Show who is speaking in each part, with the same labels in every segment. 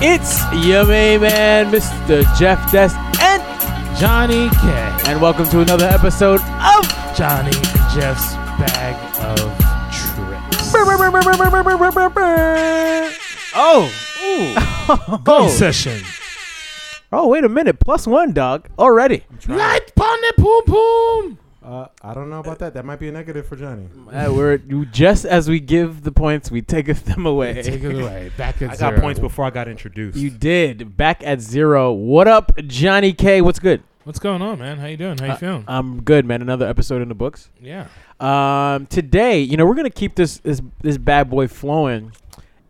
Speaker 1: It's your main man, Mr. Jeff Dest, and
Speaker 2: Johnny K.
Speaker 1: and welcome to another episode of
Speaker 2: Johnny Jeff's bag of tricks.
Speaker 1: Oh, ooh,
Speaker 2: Go session.
Speaker 1: oh, wait a minute, plus one, dog, already.
Speaker 2: Light pon the poom poom.
Speaker 3: Uh, I don't know about that. That might be a negative for Johnny.
Speaker 1: Uh, we're you- just as we give the points, we take them
Speaker 2: Take
Speaker 1: away.
Speaker 2: it away. Back at
Speaker 4: I
Speaker 2: zero.
Speaker 4: got points before I got introduced.
Speaker 1: You did back at zero. What up, Johnny K? What's good?
Speaker 2: What's going on, man? How you doing? How you feeling?
Speaker 1: I'm good, man. Another episode in the books.
Speaker 2: yeah.
Speaker 1: Um, today, you know, we're gonna keep this this this bad boy flowing,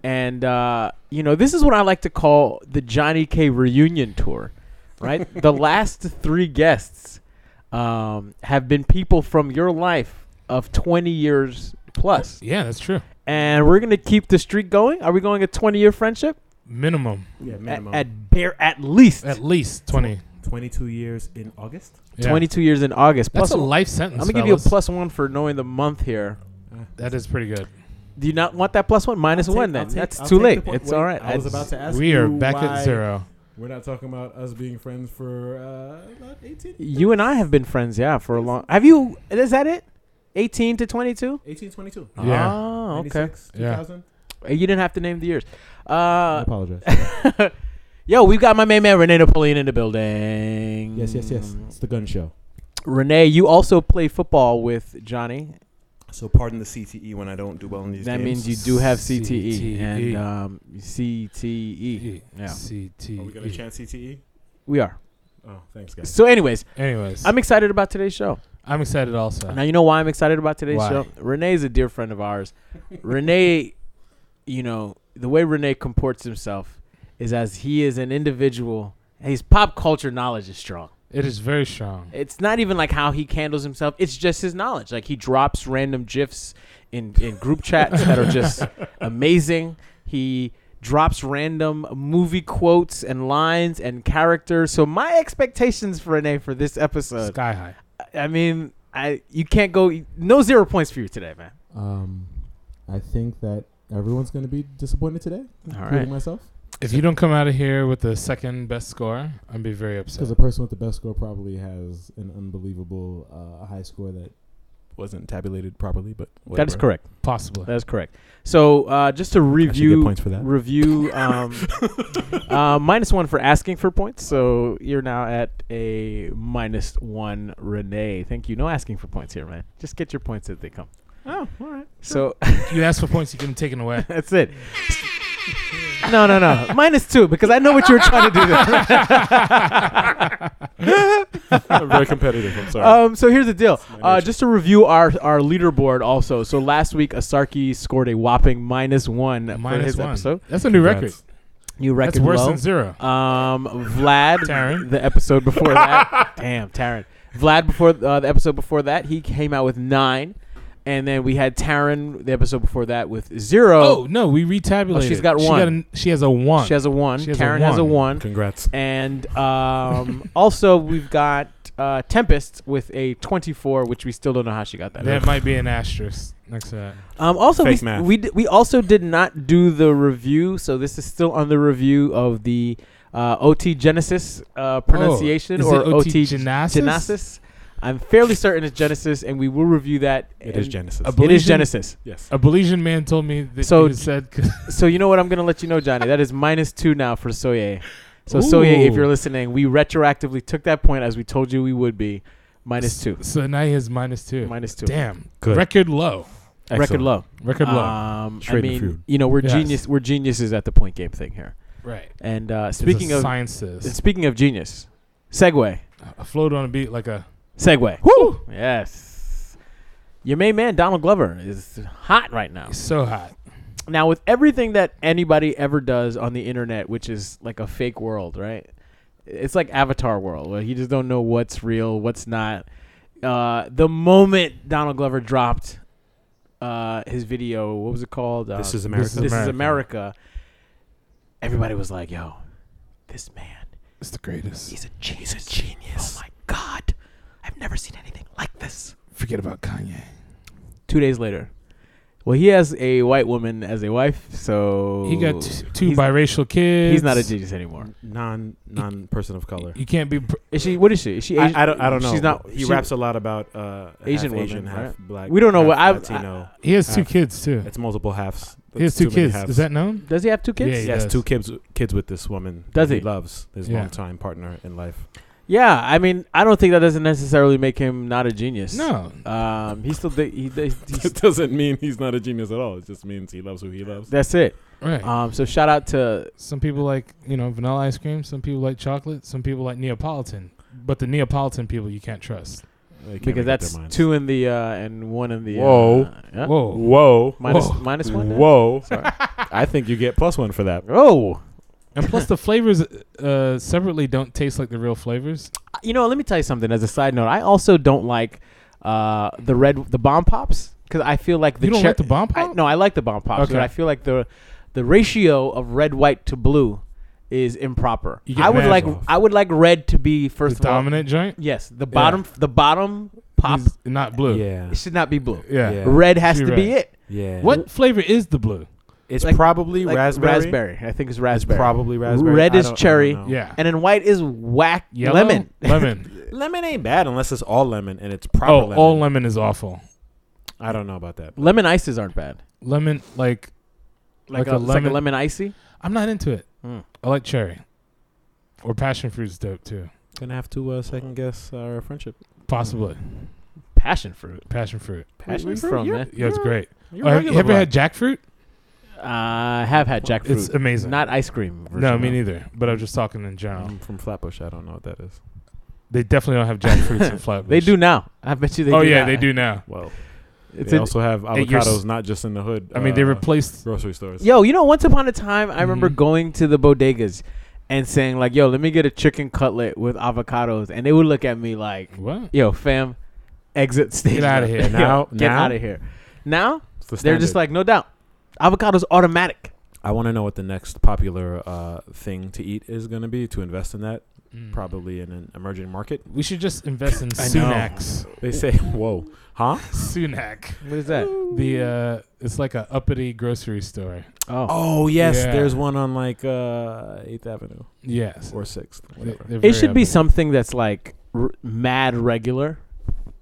Speaker 1: and uh, you know, this is what I like to call the Johnny K reunion tour, right? the last three guests um, have been people from your life of twenty years plus,
Speaker 2: Yeah, that's true.
Speaker 1: and we're gonna keep the streak going. Are we going a twenty year friendship?
Speaker 2: Minimum.
Speaker 3: Yeah,
Speaker 1: At-
Speaker 3: minimum.
Speaker 1: At, bare, at least
Speaker 2: At least 20.
Speaker 3: 22 years in August.
Speaker 2: Yeah.
Speaker 1: twenty two years in August.
Speaker 2: That's
Speaker 1: Plus,
Speaker 2: a
Speaker 1: one-
Speaker 2: life sentence.
Speaker 1: I'm gonna give you a
Speaker 2: fellas.
Speaker 1: plus one for knowing the month here.
Speaker 2: That is pretty good.
Speaker 1: Do you not want that plus one? Minus
Speaker 3: I'll take-
Speaker 1: one then.
Speaker 3: I'll take-
Speaker 1: That's
Speaker 3: I'll
Speaker 1: too
Speaker 3: take the
Speaker 1: late.
Speaker 3: point.
Speaker 1: It's
Speaker 3: Wait,
Speaker 1: all right.
Speaker 3: I was
Speaker 1: That's-
Speaker 3: about to ask
Speaker 2: We are
Speaker 3: you
Speaker 2: back at
Speaker 3: why
Speaker 2: zero.
Speaker 3: We're not talking about us being friends for uh, about 18,
Speaker 1: You and I have been friends, yeah, for a long. Have you? Is that it? Eighteen to twenty-two.
Speaker 3: 18, 22.
Speaker 2: Yeah.
Speaker 1: Oh, okay.
Speaker 3: 96,
Speaker 2: Yeah.
Speaker 3: 2000.
Speaker 1: You didn't have to name the years.
Speaker 3: I
Speaker 1: Uh,
Speaker 3: apologize.
Speaker 1: yo, we've got my main man Renee Napoleon in the building.
Speaker 3: yes, yes, yes.
Speaker 1: Mm.
Speaker 3: It's the gun show.
Speaker 1: Renee, you also play football with Johnny.
Speaker 4: so pardon the
Speaker 3: E
Speaker 4: CTE when I don't do well in these
Speaker 1: that
Speaker 4: games.
Speaker 1: means
Speaker 4: E.
Speaker 1: you do have CTE,
Speaker 2: CTE.
Speaker 1: and um, CTE.
Speaker 2: E.
Speaker 1: Yeah,
Speaker 2: CT.
Speaker 3: E. Are we going
Speaker 2: E.
Speaker 3: to chant CTE?
Speaker 1: we are.
Speaker 3: Oh, thanks, guys.
Speaker 1: So, anyways,
Speaker 2: Anyways, I'm,
Speaker 1: I'm excited about today's show.
Speaker 2: excited also.
Speaker 1: Now you know why I'm excited about today's
Speaker 2: Why?
Speaker 1: show. Renee's a dear friend of ours. Renee, you know the way Renee comports himself is as he is an individual. His pop culture knowledge is strong.
Speaker 2: It is very strong.
Speaker 1: It's not even like how he handles himself. It's just his knowledge. Like he drops random gifs in in group chats that are just amazing. He drops random movie quotes and lines and characters. So my expectations for Renee for this episode
Speaker 2: Sky high.
Speaker 1: I mean, I you can't go no zero points for you today, man.
Speaker 3: Um, I think that everyone's going to be disappointed today,
Speaker 1: All
Speaker 3: including
Speaker 1: right.
Speaker 3: myself,
Speaker 2: If you don't come out of here with the second best score, I'd be very upset.
Speaker 3: because the person with the best score probably has an unbelievable uh, high score that wasn't tabulated properly, but
Speaker 1: That is
Speaker 3: whatever.
Speaker 1: correct.
Speaker 2: Possibly.
Speaker 1: That is correct. So uh, just to
Speaker 3: I should get
Speaker 1: review,
Speaker 3: points for that.
Speaker 1: review um, uh, minus one for asking for points. So you're now at a minus one, Renee. Thank you. No asking for points here, man. Just get your points as they come.
Speaker 3: Oh, all right.
Speaker 1: So
Speaker 2: you ask for points, you get them taken away.
Speaker 1: that's it. No, no, no. Minus two because I know what you were trying to do there.
Speaker 3: I'm very competitive. I'm sorry.
Speaker 4: Uh,
Speaker 1: Um, so here's the deal.
Speaker 3: my
Speaker 1: Uh,
Speaker 3: nature.
Speaker 1: just to review our, our leaderboard also. So last week, Asarki scored a whopping minus one for
Speaker 2: Minus
Speaker 1: his
Speaker 2: one.
Speaker 1: episode.
Speaker 2: That's a new record.
Speaker 1: New record
Speaker 2: That's worse
Speaker 1: low.
Speaker 2: than zero.
Speaker 1: um, Vlad,
Speaker 2: Taryn.
Speaker 1: the episode before that. Damn, Taryn. Vlad, before uh, the episode before that, he came out with nine. And then we had Taryn, the episode before that, with zero.
Speaker 2: Oh, no, we retabulated.
Speaker 1: Oh, she's got
Speaker 2: She,
Speaker 1: one.
Speaker 2: an- she has a one.
Speaker 1: She has a one.
Speaker 2: She has a
Speaker 1: Taryn has a one.
Speaker 3: Congrats.
Speaker 1: And um, also, we've got uh, Tempest with a 24, which we still don't know how she got that.
Speaker 2: that might be an asterisk next to that.
Speaker 1: Um, also, we,
Speaker 4: Fake
Speaker 1: s-
Speaker 4: math.
Speaker 1: we d- we also did not do the review, so this is still on the review of the uh, OT Genesis uh, pronunciation
Speaker 2: Oh, is
Speaker 1: or
Speaker 2: it OT
Speaker 1: OT,
Speaker 2: Genesis?
Speaker 1: Genesis. I'm fairly certain it's Genesis, and we will review that.
Speaker 3: It is
Speaker 1: and-
Speaker 3: Genesis.
Speaker 2: a bl-
Speaker 1: It is
Speaker 2: Belizean-
Speaker 1: Genesis.
Speaker 3: yes.
Speaker 2: A Belizean man told me that
Speaker 1: So-
Speaker 2: he said
Speaker 1: So you know what I'm gonna let you know, Johnny. That is minus two now for Soye. So Soye, if
Speaker 2: Ooh.
Speaker 1: you're listening, we retroactively took that point as we told you we would be minus two.
Speaker 2: So now he has minus two.
Speaker 1: Minus two.
Speaker 2: Damn.
Speaker 3: Good.
Speaker 2: Record low.
Speaker 1: Record low.
Speaker 2: Record low.
Speaker 1: Um, I
Speaker 3: Straight in
Speaker 1: mean,
Speaker 3: the food.
Speaker 1: you know, we're
Speaker 2: Yes.
Speaker 1: genius. We're geniuses at the point game thing here.
Speaker 2: Right.
Speaker 1: And uh,
Speaker 2: It's a
Speaker 1: speaking of
Speaker 2: sciences,
Speaker 1: And speaking of genius, segue,
Speaker 2: I float on a beat like a
Speaker 1: segue. Woo! Yes. Your main man, Donald Glover, is hot right now.
Speaker 2: so hot.
Speaker 1: Now, with everything that anybody ever does on the internet, which is like a fake world, right? It's like Avatar world, where you just don't know what's real, what's not. Uh, the moment Donald Glover dropped uh, his video, what was it called? Uh,
Speaker 4: This is America.
Speaker 1: This is America. Everybody was like, "Yo, this man
Speaker 2: It's the greatest.
Speaker 1: He's a genius. He's a genius. Oh my god. I've never seen anything like this.
Speaker 2: Forget about Kanye.
Speaker 1: Two days later, Well, he has a white woman as a wife, so
Speaker 2: He got t- two
Speaker 1: he's-
Speaker 2: biracial kids.
Speaker 1: He's not a genius anymore.
Speaker 4: non non person of color.
Speaker 2: You can't be. Pr-
Speaker 1: Is she? What is she? Is she? e, Asian?
Speaker 4: I, I don't. I don't know.
Speaker 1: She's not.
Speaker 4: He
Speaker 1: she-
Speaker 4: raps a lot about uh,
Speaker 1: Asian
Speaker 4: half
Speaker 1: women,
Speaker 4: Asian, half black.
Speaker 1: We don't know
Speaker 4: half
Speaker 1: what- I-
Speaker 4: Latino.
Speaker 2: he has two
Speaker 1: Ah.
Speaker 4: Half.
Speaker 2: kids too.
Speaker 4: it's multiple halves.
Speaker 2: He has
Speaker 4: It's
Speaker 2: two
Speaker 4: too many
Speaker 2: kids.
Speaker 4: halves.
Speaker 2: Is that known?
Speaker 1: Does he have two kids?
Speaker 2: Yeah,
Speaker 1: Yeah,
Speaker 4: He
Speaker 2: he
Speaker 4: has
Speaker 2: does.
Speaker 4: two kids. Kids with this woman.
Speaker 1: Does
Speaker 4: that
Speaker 1: he?
Speaker 4: loves his
Speaker 2: Yeah.
Speaker 4: longtime partner in life.
Speaker 1: I mean, I don't think that doesn't necessarily make him not a genius.
Speaker 2: No.
Speaker 1: Um, he still. Th- he, th- he's,
Speaker 3: It doesn't mean he's not a genius at all. It just means he loves who he loves.
Speaker 1: that's it.
Speaker 2: Right.
Speaker 1: Um, so shout out to
Speaker 2: some people like you know vanilla ice cream. Some people like chocolate. Some people like Neapolitan. But the Neapolitan people you can't trust.
Speaker 4: They can't
Speaker 1: because
Speaker 4: make up
Speaker 1: that's
Speaker 4: their minds.
Speaker 1: two in the uh, and one in the.
Speaker 3: Whoa.
Speaker 1: Uh, yeah.
Speaker 2: Whoa.
Speaker 3: Whoa.
Speaker 1: Minus-
Speaker 2: Whoa.
Speaker 1: minus one. now?
Speaker 3: Whoa.
Speaker 1: Sorry.
Speaker 3: I think you get plus one for that.
Speaker 1: Oh.
Speaker 2: And plus the flavors uh, separately don't taste like the real flavors.
Speaker 1: You know, let me tell you something. As a side note, I also don't like uh, the red the bomb pops because I feel like the
Speaker 2: you don't
Speaker 1: cher-
Speaker 2: like the bomb pop?
Speaker 1: I, no, I like the bomb pops, but
Speaker 2: Okay.
Speaker 1: I feel like the the ratio of red, white to blue is improper.
Speaker 2: You get
Speaker 1: I would
Speaker 2: mad
Speaker 1: like
Speaker 2: off.
Speaker 1: I would like red to be
Speaker 2: the
Speaker 1: first of all-
Speaker 2: dominant joint.
Speaker 1: Yes, the bottom the bottom pop
Speaker 2: is not blue.
Speaker 4: Yeah.
Speaker 1: it should not be blue.
Speaker 2: Yeah.
Speaker 4: Yeah.
Speaker 1: Red has to
Speaker 2: Should be
Speaker 1: be it.
Speaker 4: Yeah.
Speaker 2: What flavor is the blue?
Speaker 4: It's
Speaker 1: Like-
Speaker 4: probably
Speaker 1: Like
Speaker 4: raspberry.
Speaker 1: raspberry. I think it's raspberry.
Speaker 4: Probably raspberry.
Speaker 1: Red
Speaker 4: I
Speaker 1: is
Speaker 4: don't- I don't
Speaker 1: cherry.
Speaker 4: know.
Speaker 2: Yeah.
Speaker 1: and then white is whack
Speaker 2: Yellow?
Speaker 1: lemon.
Speaker 2: Lemon.
Speaker 4: Lemon ain't bad unless it's all lemon and it's proper
Speaker 2: oh,
Speaker 4: lemon.
Speaker 2: all lemon is awful.
Speaker 4: I don't know about that.
Speaker 1: Lemon ices aren't bad.
Speaker 2: Lemon like
Speaker 1: Like,
Speaker 2: Like
Speaker 1: a,
Speaker 2: a
Speaker 1: it's like a
Speaker 2: lemon-
Speaker 1: lemon icy.
Speaker 2: I'm not into it.
Speaker 1: Mm.
Speaker 2: I like cherry. Or passion fruit's dope too.
Speaker 4: Gonna have to uh, second guess our friendship.
Speaker 2: Possibly.
Speaker 1: Hmm. Passion fruit.
Speaker 2: Passion fruit.
Speaker 1: Passion
Speaker 4: where's
Speaker 1: fruit,
Speaker 4: from,
Speaker 1: yeah.
Speaker 4: man?
Speaker 2: Yeah, it's
Speaker 4: You're-
Speaker 2: great.
Speaker 4: You're
Speaker 2: Oh, have you
Speaker 4: regular
Speaker 2: ever
Speaker 4: black.
Speaker 2: had jackfruit?
Speaker 1: I have had jackfruit.
Speaker 2: It's amazing.
Speaker 1: not ice cream.
Speaker 2: no,
Speaker 1: version
Speaker 2: me
Speaker 1: of- Hmm.
Speaker 2: neither. But I'm just talking in general.
Speaker 4: I'm from Flatbush. I don't know what that is.
Speaker 2: They definitely don't have jackfruits in Flatbush.
Speaker 1: They do now. I bet you they
Speaker 2: oh
Speaker 1: do.
Speaker 2: yeah,
Speaker 1: now.
Speaker 2: they do now.
Speaker 4: Well,
Speaker 1: It's
Speaker 4: they
Speaker 1: in-
Speaker 4: also have
Speaker 2: Hey, you're s-
Speaker 4: avocados, not just in the hood.
Speaker 2: I mean, they
Speaker 4: uh,
Speaker 2: replaced.
Speaker 4: grocery stores.
Speaker 1: Yo, you know, once upon a time, I remember
Speaker 2: Mhm.
Speaker 1: going to the bodegas and saying like, "Yo, let me get a chicken cutlet with avocados," and they would look at me like,
Speaker 2: What?
Speaker 1: "Yo, fam, exit stage.
Speaker 2: Get outta here.
Speaker 1: Yo,
Speaker 4: Now-
Speaker 1: get
Speaker 4: now?
Speaker 1: out of here." Now
Speaker 4: It's the
Speaker 1: they're just
Speaker 4: standard.
Speaker 1: like, "No doubt, avocados automatic."
Speaker 4: I want to know what the next popular uh, thing to eat is going to be to invest in that.
Speaker 2: Mm.
Speaker 4: Probably in an emerging market.
Speaker 2: We should just invest in
Speaker 1: I know.
Speaker 2: Sunax.
Speaker 4: They say, "Whoa, huh?"
Speaker 2: Sunac.
Speaker 1: What is that?
Speaker 2: The uh, it's like a uppity grocery store.
Speaker 1: Oh,
Speaker 4: Oh yes,
Speaker 2: Yeah.
Speaker 4: there's one on like uh, Eighth Avenue
Speaker 2: Yes.
Speaker 4: or Sixth.
Speaker 2: They-
Speaker 4: Whatever.
Speaker 2: they're
Speaker 1: it
Speaker 2: very
Speaker 1: should be
Speaker 2: uppity.
Speaker 1: something that's like r- mad regular,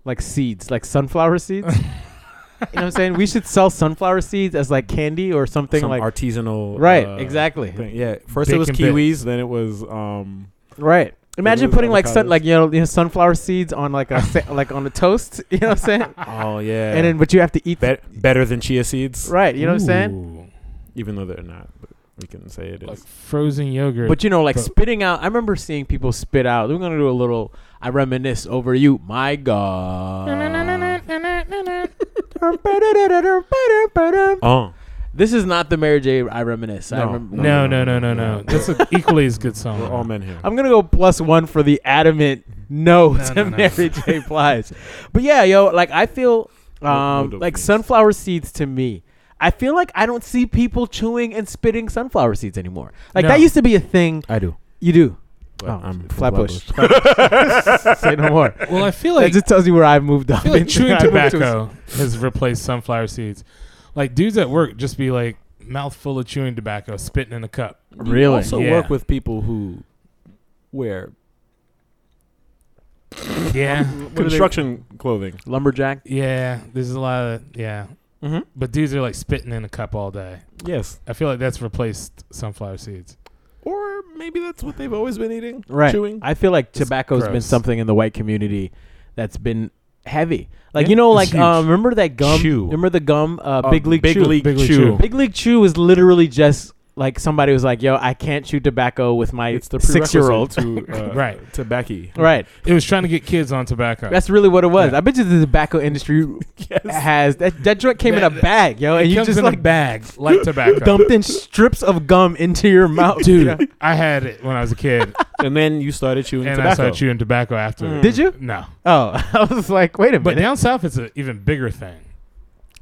Speaker 1: like seeds, like sunflower seeds. you know what I'm saying? We should sell sunflower seeds as like candy or something
Speaker 4: Some
Speaker 1: like
Speaker 4: artisanal.
Speaker 1: right,
Speaker 4: uh,
Speaker 1: exactly.
Speaker 4: thing. Yeah. First it was
Speaker 2: Bacon
Speaker 4: kiwis, then it was um.
Speaker 1: Right. Imagine
Speaker 4: was
Speaker 1: putting like sun,
Speaker 4: avocados.
Speaker 1: like you know, you know sunflower seeds on like a sa- like on a toast. You know what I'm saying?
Speaker 4: Oh yeah.
Speaker 1: And then, but you have to eat.
Speaker 4: Bet- better than chia seeds,
Speaker 1: Right. You know what I'm saying?
Speaker 2: Ooh.
Speaker 4: even though they're not. But we can say it is.
Speaker 2: Like frozen yogurt.
Speaker 1: But you know, like
Speaker 2: But-
Speaker 1: spitting out. I remember seeing people spit out. We're gonna do a little. I reminisce over you, my God.
Speaker 4: oh,
Speaker 1: this is not the Mary J. I reminisce. I
Speaker 4: No.
Speaker 1: remember.
Speaker 2: no, no, no, no, no. That's an equally as good
Speaker 4: we're
Speaker 2: song.
Speaker 4: all men here.
Speaker 1: I'm gonna go plus one for the adamant no,
Speaker 2: No,
Speaker 1: to
Speaker 2: no, no.
Speaker 1: Mary J. Blige. but yeah, yo, like I feel
Speaker 4: No- no
Speaker 1: um
Speaker 4: dope
Speaker 1: like
Speaker 4: means.
Speaker 1: sunflower seeds to me. I feel like I don't see people chewing and spitting sunflower seeds anymore. Like
Speaker 2: No.
Speaker 1: that used to be a thing.
Speaker 4: I do.
Speaker 1: You do.
Speaker 4: But
Speaker 1: Oh,
Speaker 4: I'm
Speaker 1: Flatbush.
Speaker 4: Flatbush.
Speaker 1: Say no more.
Speaker 2: Well, I feel
Speaker 1: That
Speaker 2: like,
Speaker 1: just tells you where I've moved
Speaker 2: I
Speaker 1: up.
Speaker 2: feel like
Speaker 1: into.
Speaker 2: chewing
Speaker 1: I've moved to-
Speaker 2: tobacco has replaced sunflower seeds. Like dudes at work just be like mouthful of chewing tobacco, spitting in a cup.
Speaker 1: Really?
Speaker 4: You also
Speaker 2: Yeah.
Speaker 4: work with people who wear
Speaker 2: Yeah.
Speaker 1: they-
Speaker 4: construction clothing.
Speaker 1: Lumberjack.
Speaker 2: Yeah, there's a lot of yeah,
Speaker 1: Mhm.
Speaker 2: but dudes are like spitting in a cup all day.
Speaker 4: Yes.
Speaker 2: I feel like that's replaced sunflower seeds.
Speaker 4: Or maybe that's what they've always been eating.
Speaker 1: Right.
Speaker 4: Chewing.
Speaker 1: I feel like
Speaker 2: It's
Speaker 1: tobacco's been
Speaker 2: gross.
Speaker 1: something in the white community that's been heavy. Like
Speaker 4: Yeah,
Speaker 1: you know,
Speaker 2: it's
Speaker 1: like
Speaker 2: huge.
Speaker 1: um, remember that gum?
Speaker 4: Chew.
Speaker 1: Remember the gum? Uh,
Speaker 4: Uh,
Speaker 1: Big League
Speaker 4: Big
Speaker 1: Chew.
Speaker 4: League
Speaker 2: Big League
Speaker 4: Chew.
Speaker 2: Chew.
Speaker 1: Big League Chew is literally just like somebody was like, "Yo, I can't chew tobacco with my
Speaker 4: It's the
Speaker 1: six-year-old."
Speaker 4: prerequisite to uh,
Speaker 2: Right.
Speaker 4: tobacco.
Speaker 1: Right.
Speaker 2: It was trying to get kids on tobacco.
Speaker 1: That's really what it was.
Speaker 2: Yeah.
Speaker 1: I bet you the tobacco industry has that. That joint came in a
Speaker 2: That-
Speaker 1: bag, yo, and
Speaker 2: it
Speaker 1: you
Speaker 2: comes
Speaker 1: just
Speaker 2: in
Speaker 1: like
Speaker 2: a bag like tobacco.
Speaker 1: dumped in strips of gum into your mouth,
Speaker 2: Dude, I had it when I was a kid,
Speaker 4: And then you started chewing
Speaker 2: and I
Speaker 4: tobacco.
Speaker 2: started chewing tobacco after.
Speaker 4: Mm.
Speaker 1: Did you?
Speaker 2: No,
Speaker 1: Oh, I was like, wait a
Speaker 2: but
Speaker 1: minute.
Speaker 2: down south it's an even bigger thing.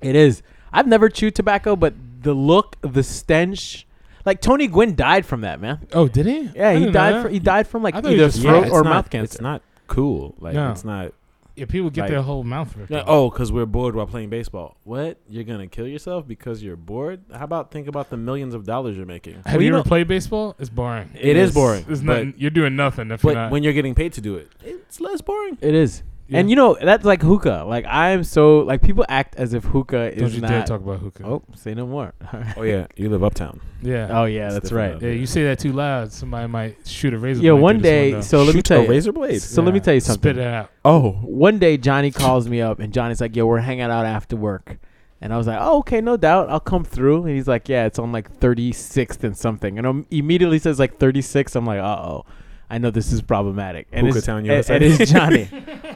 Speaker 1: It is. I've never chewed tobacco, but the look, the stench. Like Tony Gwynn died from that, man.
Speaker 2: Oh, did he?
Speaker 1: Yeah, he died. From, he died from like
Speaker 2: I thought he
Speaker 1: either
Speaker 2: was just
Speaker 1: throat
Speaker 2: fat.
Speaker 1: or
Speaker 4: not,
Speaker 1: mouth
Speaker 4: It's
Speaker 1: cancer.
Speaker 4: not cool. Like
Speaker 2: No.
Speaker 4: it's not
Speaker 2: yeah, people get
Speaker 4: Like-
Speaker 2: their whole mouth ripped.
Speaker 4: Yeah,
Speaker 2: off.
Speaker 4: oh, because we're bored while playing baseball. What? You're gonna kill yourself because you're bored? How about think about the millions of dollars you're making?
Speaker 2: have
Speaker 1: well,
Speaker 2: you
Speaker 1: you
Speaker 2: ever
Speaker 1: know-
Speaker 2: played baseball? It's boring.
Speaker 4: it is boring.
Speaker 2: There's
Speaker 4: but
Speaker 2: nothing. you're doing nothing if
Speaker 4: but
Speaker 2: you're not.
Speaker 4: when you're getting paid to do it, it's less boring.
Speaker 1: It is.
Speaker 2: Yeah.
Speaker 1: And you know, that's like hookah. Like I am so like people act as if hookah
Speaker 2: don't
Speaker 1: is
Speaker 2: you
Speaker 1: not
Speaker 2: dare talk about hookah.
Speaker 1: Oh, say no more.
Speaker 4: Oh yeah, you live uptown.
Speaker 2: Yeah.
Speaker 1: oh yeah,
Speaker 4: It's
Speaker 1: that's right.
Speaker 4: different
Speaker 2: Yeah, you say that too loud, somebody might shoot a razor.
Speaker 1: Yeah,
Speaker 2: blade
Speaker 1: one
Speaker 2: through this
Speaker 1: day-
Speaker 2: window.
Speaker 1: so let me
Speaker 4: Shoot
Speaker 1: tell
Speaker 4: a
Speaker 1: you.
Speaker 4: razor blade.
Speaker 1: So let me tell you something.
Speaker 2: Spit it out.
Speaker 4: Oh,
Speaker 1: One day Johnny calls me up and Johnny's like, "Yo, we're hanging out after work." And I was like, "Oh, okay, no doubt. I'll come through." And he's like, "Yeah, it's on like 36th and something." And I'm immediately says like 36. I'm like, "Uh-oh. I know this is problematic." And
Speaker 4: Hookah
Speaker 1: it's,
Speaker 4: Town,
Speaker 1: and-
Speaker 4: USA.
Speaker 1: and it's Johnny.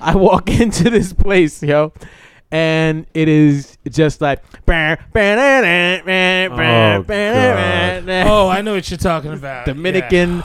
Speaker 1: I walk into this place, yo. And it is just like
Speaker 2: Oh, I know what you're talking about.
Speaker 1: Dominican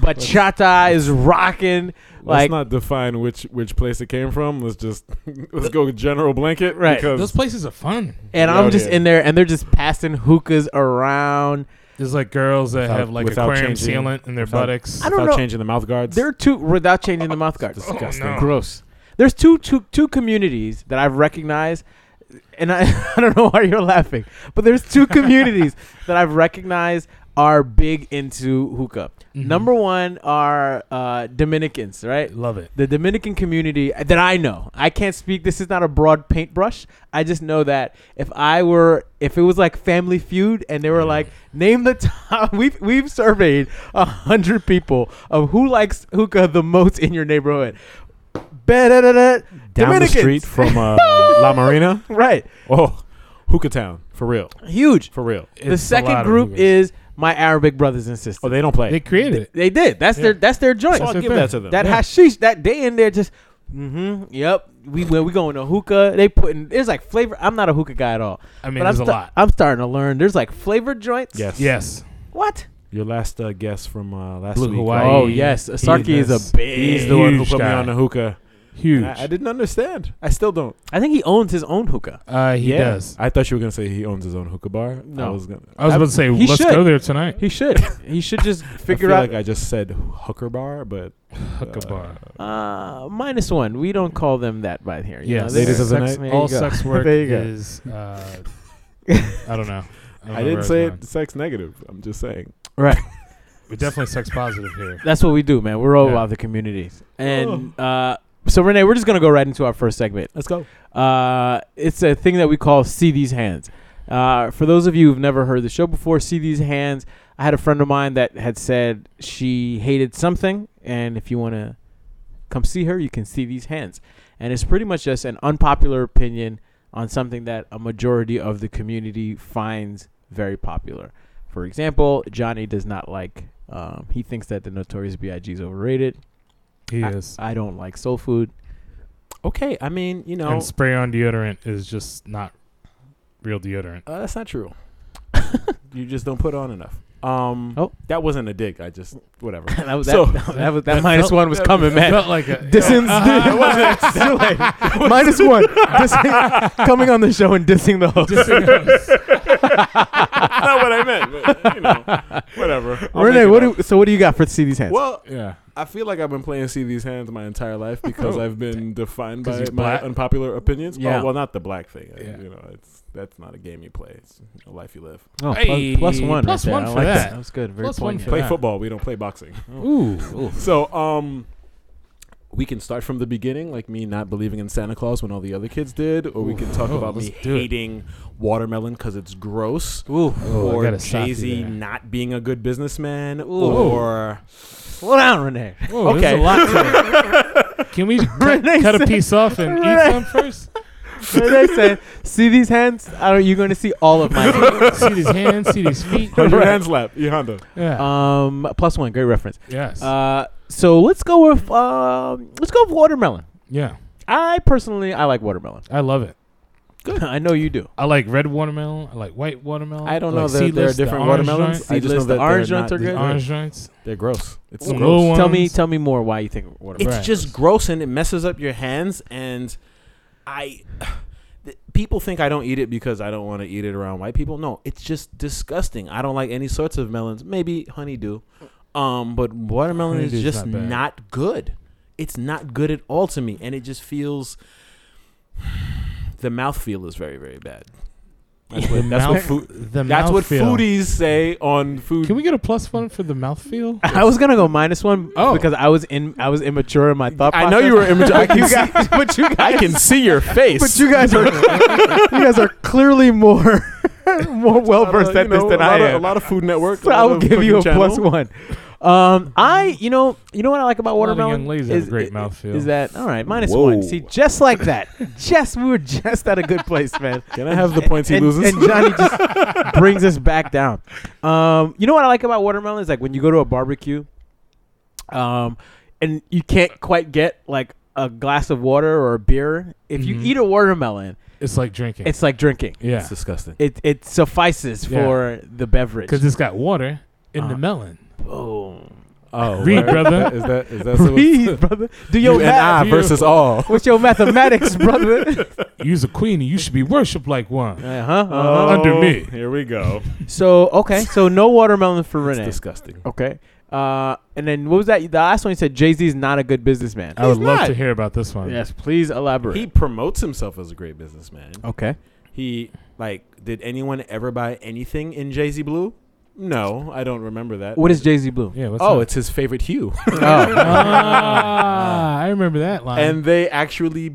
Speaker 1: bachata is rocking. Like
Speaker 4: let's not define which which place it came from. Let's just let's go with general blanket.
Speaker 1: Right.
Speaker 2: Yeah.
Speaker 4: Because
Speaker 2: Those places are fun.
Speaker 1: and
Speaker 4: Oh,
Speaker 1: I'm just
Speaker 4: dear.
Speaker 1: in there, and they're just passing hookahs around.
Speaker 2: There's like girls that
Speaker 4: Without-
Speaker 2: have like
Speaker 4: without
Speaker 2: aquarium
Speaker 4: changing-
Speaker 2: sealant in their
Speaker 4: without-
Speaker 2: buttocks.
Speaker 1: I don't
Speaker 4: without
Speaker 1: know.
Speaker 4: changing the Oh, mouth guards.
Speaker 1: They're two without changing the mouth guard.
Speaker 2: disgusting. no.
Speaker 1: Gross. There's two two two communities that I've recognized, and I, I don't know why you're laughing, but there's two communities that I've recognized are big into hookah.
Speaker 4: Mm-hmm.
Speaker 2: Mhm.
Speaker 1: Number one are uh, Dominicans, right?
Speaker 2: Love it.
Speaker 1: the Dominican community uh, that I know. I can't speak. This is not a broad paintbrush. I just know that if I were, if it was like Family Feud, and they were like, name the top. We've we've surveyed a hundred people of who likes hookah the most in your neighborhood. Ba-da-da-da,
Speaker 4: down
Speaker 1: Dominicans.
Speaker 4: the street from uh, La Marina.
Speaker 1: right?
Speaker 4: Oh, hookah town for real,
Speaker 1: Huge.
Speaker 4: for real.
Speaker 1: the
Speaker 2: It's a lot
Speaker 1: second
Speaker 2: of
Speaker 1: group
Speaker 2: hookahs.
Speaker 1: is my Arabic brothers and
Speaker 4: Oh,
Speaker 1: sisters.
Speaker 4: they don't play.
Speaker 2: they created it.
Speaker 1: they did. That's their
Speaker 2: Yeah.
Speaker 1: that's their joint.
Speaker 4: so I'll
Speaker 2: That's
Speaker 4: give
Speaker 2: their
Speaker 4: that
Speaker 2: thing.
Speaker 4: to them.
Speaker 1: That
Speaker 2: Yeah.
Speaker 1: hashish, that day in there, just mm-hmm. Yep, we when we going to hookah, they putting there's like flavor. I'm not a hookah guy at all,
Speaker 2: I mean,
Speaker 1: but I'm,
Speaker 2: there's a
Speaker 1: sta-
Speaker 2: lot.
Speaker 1: I'm starting to learn. There's like flavored joints.
Speaker 4: yes,
Speaker 2: Yes.
Speaker 1: What?
Speaker 4: Your last uh, guess from uh, last
Speaker 2: Blue
Speaker 4: week.
Speaker 2: Hawaii.
Speaker 1: Oh yes, Asaki is
Speaker 2: that's-
Speaker 1: a big.
Speaker 4: He's the one who
Speaker 2: Huge
Speaker 4: put me
Speaker 2: guy.
Speaker 4: on the hookah.
Speaker 2: Huge.
Speaker 4: And I, I didn't understand. I still don't.
Speaker 1: I think he owns his own hookah.
Speaker 2: uh, he does.
Speaker 4: I thought you were gonna say he owns his own hookah bar.
Speaker 1: No.
Speaker 4: I was gonna.
Speaker 2: I was
Speaker 1: I-
Speaker 2: about to say,
Speaker 1: he
Speaker 2: let's
Speaker 1: should.
Speaker 2: go there tonight.
Speaker 1: He should. he should just figure
Speaker 4: I feel
Speaker 1: out.
Speaker 4: like I just said hooker bar, but
Speaker 2: Hookah bar.
Speaker 1: uh, minus one. We don't call them that by here. You
Speaker 2: Yes.
Speaker 1: know,
Speaker 4: Ladies of the
Speaker 1: sex-
Speaker 4: night.
Speaker 1: there you
Speaker 2: All
Speaker 1: go.
Speaker 2: sex work
Speaker 1: There you go.
Speaker 2: is. Uh, I don't know. don't
Speaker 4: I,
Speaker 2: know where
Speaker 4: didn't
Speaker 2: was
Speaker 4: say
Speaker 2: going.
Speaker 4: it sex negative. I'm just saying.
Speaker 2: We're definitely sex positive here.
Speaker 1: That's what we do, man. We're all
Speaker 2: Yeah. Oh.
Speaker 1: about the communities. And uh, so Renee, we're just gonna go right into our first segment.
Speaker 4: Let's go.
Speaker 1: Uh, it's a thing that we call "See These Hands." Uh, for those of you who've never heard the show before, "See These Hands." I had a friend of mine that had said she hated something, and if you want to come see her, you can see these hands. And it's pretty much just an unpopular opinion on something that a majority of the community finds very popular. For example, Johnny does not like. Um, he thinks that the Notorious B.I.G. is overrated.
Speaker 2: He
Speaker 1: I-
Speaker 2: is.
Speaker 1: I don't like soul food.
Speaker 4: Okay, I mean, you know,
Speaker 2: And spray on deodorant is just not real deodorant.
Speaker 4: uh, that's not true. you just don't put on enough. Um,
Speaker 1: Oh.
Speaker 4: that wasn't a dig. I just whatever.
Speaker 1: that was that.
Speaker 4: So-
Speaker 1: that was that,
Speaker 2: That
Speaker 1: minus
Speaker 2: felt-
Speaker 1: one was
Speaker 2: that-
Speaker 1: coming,
Speaker 2: it
Speaker 1: man.
Speaker 2: Felt like a,
Speaker 1: Dissing
Speaker 2: Uh-huh. It wasn't-
Speaker 1: minus one. Dissing- coming on the show and dissing the host.
Speaker 4: not what I meant. But, you know, whatever. I'll
Speaker 1: Renee,
Speaker 4: make it
Speaker 1: what
Speaker 4: up.
Speaker 1: do, so what do you got for see these hands?
Speaker 4: Well,
Speaker 2: yeah.
Speaker 4: I feel like I've been playing See These Hands my entire life because I've been defined
Speaker 2: 'Cause
Speaker 4: by
Speaker 2: you're
Speaker 4: my
Speaker 2: black?
Speaker 4: unpopular opinions.
Speaker 1: Yeah.
Speaker 4: Oh, well, not the black thing. I-
Speaker 2: Yeah.
Speaker 4: You know, it's that's not a game you play. It's a life you live.
Speaker 1: Oh, plus-
Speaker 2: Hey,
Speaker 1: plus one.
Speaker 2: plus
Speaker 1: right there.
Speaker 2: one
Speaker 1: I
Speaker 2: for
Speaker 1: like that.
Speaker 2: that.
Speaker 1: That was good. Very
Speaker 2: Plus one
Speaker 1: poignant.
Speaker 2: for
Speaker 4: Play
Speaker 2: Yeah.
Speaker 4: football. We don't play boxing.
Speaker 1: Ooh.
Speaker 4: So, um, we can start from the beginning, like me not believing in Santa Claus when all the other kids did, or we can talk
Speaker 2: Oh,
Speaker 4: about me
Speaker 2: let's do it.
Speaker 4: hating watermelon because it's gross.
Speaker 1: Ooh.
Speaker 2: Oh, I
Speaker 4: or
Speaker 2: gotta stop you
Speaker 4: Jay Z
Speaker 2: there.
Speaker 4: not being a good businessman, or
Speaker 1: Slow down, Renee.
Speaker 2: Whoa,
Speaker 4: Okay.
Speaker 2: okay. A lot to it. Can we
Speaker 1: Renee
Speaker 2: cut, cut a piece off and
Speaker 1: Renee-
Speaker 2: eat some first?
Speaker 1: Renee said, "See these hands? I don't, you're going to see all of my hands."
Speaker 2: see these hands, see these feet.
Speaker 4: Hold your hands lap, E Honda.
Speaker 2: Yeah.
Speaker 1: Um, plus one. Great reference.
Speaker 2: yes.
Speaker 1: Uh, so let's go with um, let's go with watermelon.
Speaker 2: yeah.
Speaker 1: I personally I like watermelon.
Speaker 2: I love it.
Speaker 1: I know you do.
Speaker 2: I like red watermelon. I like white
Speaker 1: Oh,
Speaker 2: watermelon.
Speaker 4: I don't
Speaker 2: I
Speaker 4: know.
Speaker 2: like
Speaker 4: There, there are
Speaker 2: seedless, the
Speaker 4: different
Speaker 2: orange
Speaker 4: watermelons.
Speaker 2: joints.
Speaker 4: I just know
Speaker 1: Seedless, the
Speaker 4: that they're
Speaker 1: orange
Speaker 4: not-
Speaker 1: joints are
Speaker 4: they're
Speaker 1: good.
Speaker 2: Orange joints.
Speaker 4: They're gross. It's
Speaker 2: Ooh.
Speaker 4: gross.
Speaker 2: Little
Speaker 1: Tell me,
Speaker 2: ones.
Speaker 1: tell me more why you think watermelon.
Speaker 4: It's
Speaker 2: Right.
Speaker 4: just gross and it messes up your hands. And I, th- people think I don't eat it because I don't want to eat it around white people. No, it's just disgusting. I don't like any sorts of melons. Maybe honeydew, um, but watermelon
Speaker 2: Honeydew's
Speaker 4: is just
Speaker 2: not bad.
Speaker 4: not good. it's not good at all to me, and it just feels. The mouthfeel is very, very bad. That's what, that's what, food,
Speaker 2: the
Speaker 4: that's what
Speaker 2: mouthfeel.
Speaker 4: foodies say on food.
Speaker 2: Can we get a plus one for the mouth feel?
Speaker 1: I was gonna go minus one
Speaker 2: Oh.
Speaker 1: because I was in I was immature in my thought.
Speaker 4: I know
Speaker 1: process.
Speaker 4: you were immature. I can
Speaker 1: You
Speaker 4: see-
Speaker 1: guys- but you
Speaker 4: I
Speaker 1: guys,
Speaker 4: can see your face.
Speaker 1: but you guys are you guys are clearly more more well versed at this than I am.
Speaker 4: A lot of Food Network.
Speaker 1: so I'll give you a plus one. Um, I you know you know what I like about
Speaker 2: Lot of
Speaker 1: watermelon
Speaker 2: young ladies have
Speaker 1: is,
Speaker 2: a great
Speaker 1: is-
Speaker 2: mouth feel.
Speaker 1: Is that all right? Minus
Speaker 4: Whoa.
Speaker 1: one. See, just like that. just we were just at a good place, man.
Speaker 4: Can I have the points he
Speaker 1: and,
Speaker 4: loses?
Speaker 1: and Johnny just brings us back down. Um, you know what I like about watermelon is like when you go to a barbecue, um, and you can't quite get like a glass of water or a beer. If you
Speaker 2: Mhm.
Speaker 1: eat a watermelon,
Speaker 2: It's like drinking.
Speaker 1: it's like drinking.
Speaker 2: yeah,
Speaker 4: It's disgusting.
Speaker 1: It it suffices
Speaker 2: Yeah.
Speaker 1: for the beverage.
Speaker 2: because it's got water in
Speaker 1: Uh-huh.
Speaker 2: the melon.
Speaker 1: Boom.
Speaker 4: Oh,
Speaker 2: Read,
Speaker 4: word.
Speaker 2: brother.
Speaker 4: Is that is that so-
Speaker 1: Breathe, brother. Do
Speaker 4: you
Speaker 1: your
Speaker 4: and I
Speaker 1: math.
Speaker 4: versus all?
Speaker 1: With your mathematics, brother.
Speaker 2: You's a queen, and you should be worshipped like one.
Speaker 1: Uh-huh, uh-huh.
Speaker 2: Under me.
Speaker 4: Oh, Here we go.
Speaker 1: So okay, so no watermelon for
Speaker 4: It's
Speaker 1: Renee.
Speaker 4: disgusting.
Speaker 1: Okay. Uh, and then what was that? The last one you said Jay Z is not a good businessman.
Speaker 2: I would
Speaker 4: He's
Speaker 2: love
Speaker 4: not.
Speaker 2: to hear about this one.
Speaker 1: Yes, please elaborate.
Speaker 4: He promotes himself as a great businessman.
Speaker 1: okay.
Speaker 4: He like, did anyone ever buy anything in Jay Z Blue? No, I don't remember that.
Speaker 1: What is Jay Z Blue?
Speaker 2: Yeah. What's
Speaker 4: oh,
Speaker 2: that?
Speaker 4: it's his favorite hue.
Speaker 1: oh.
Speaker 2: ah, I remember that line.
Speaker 4: and they actually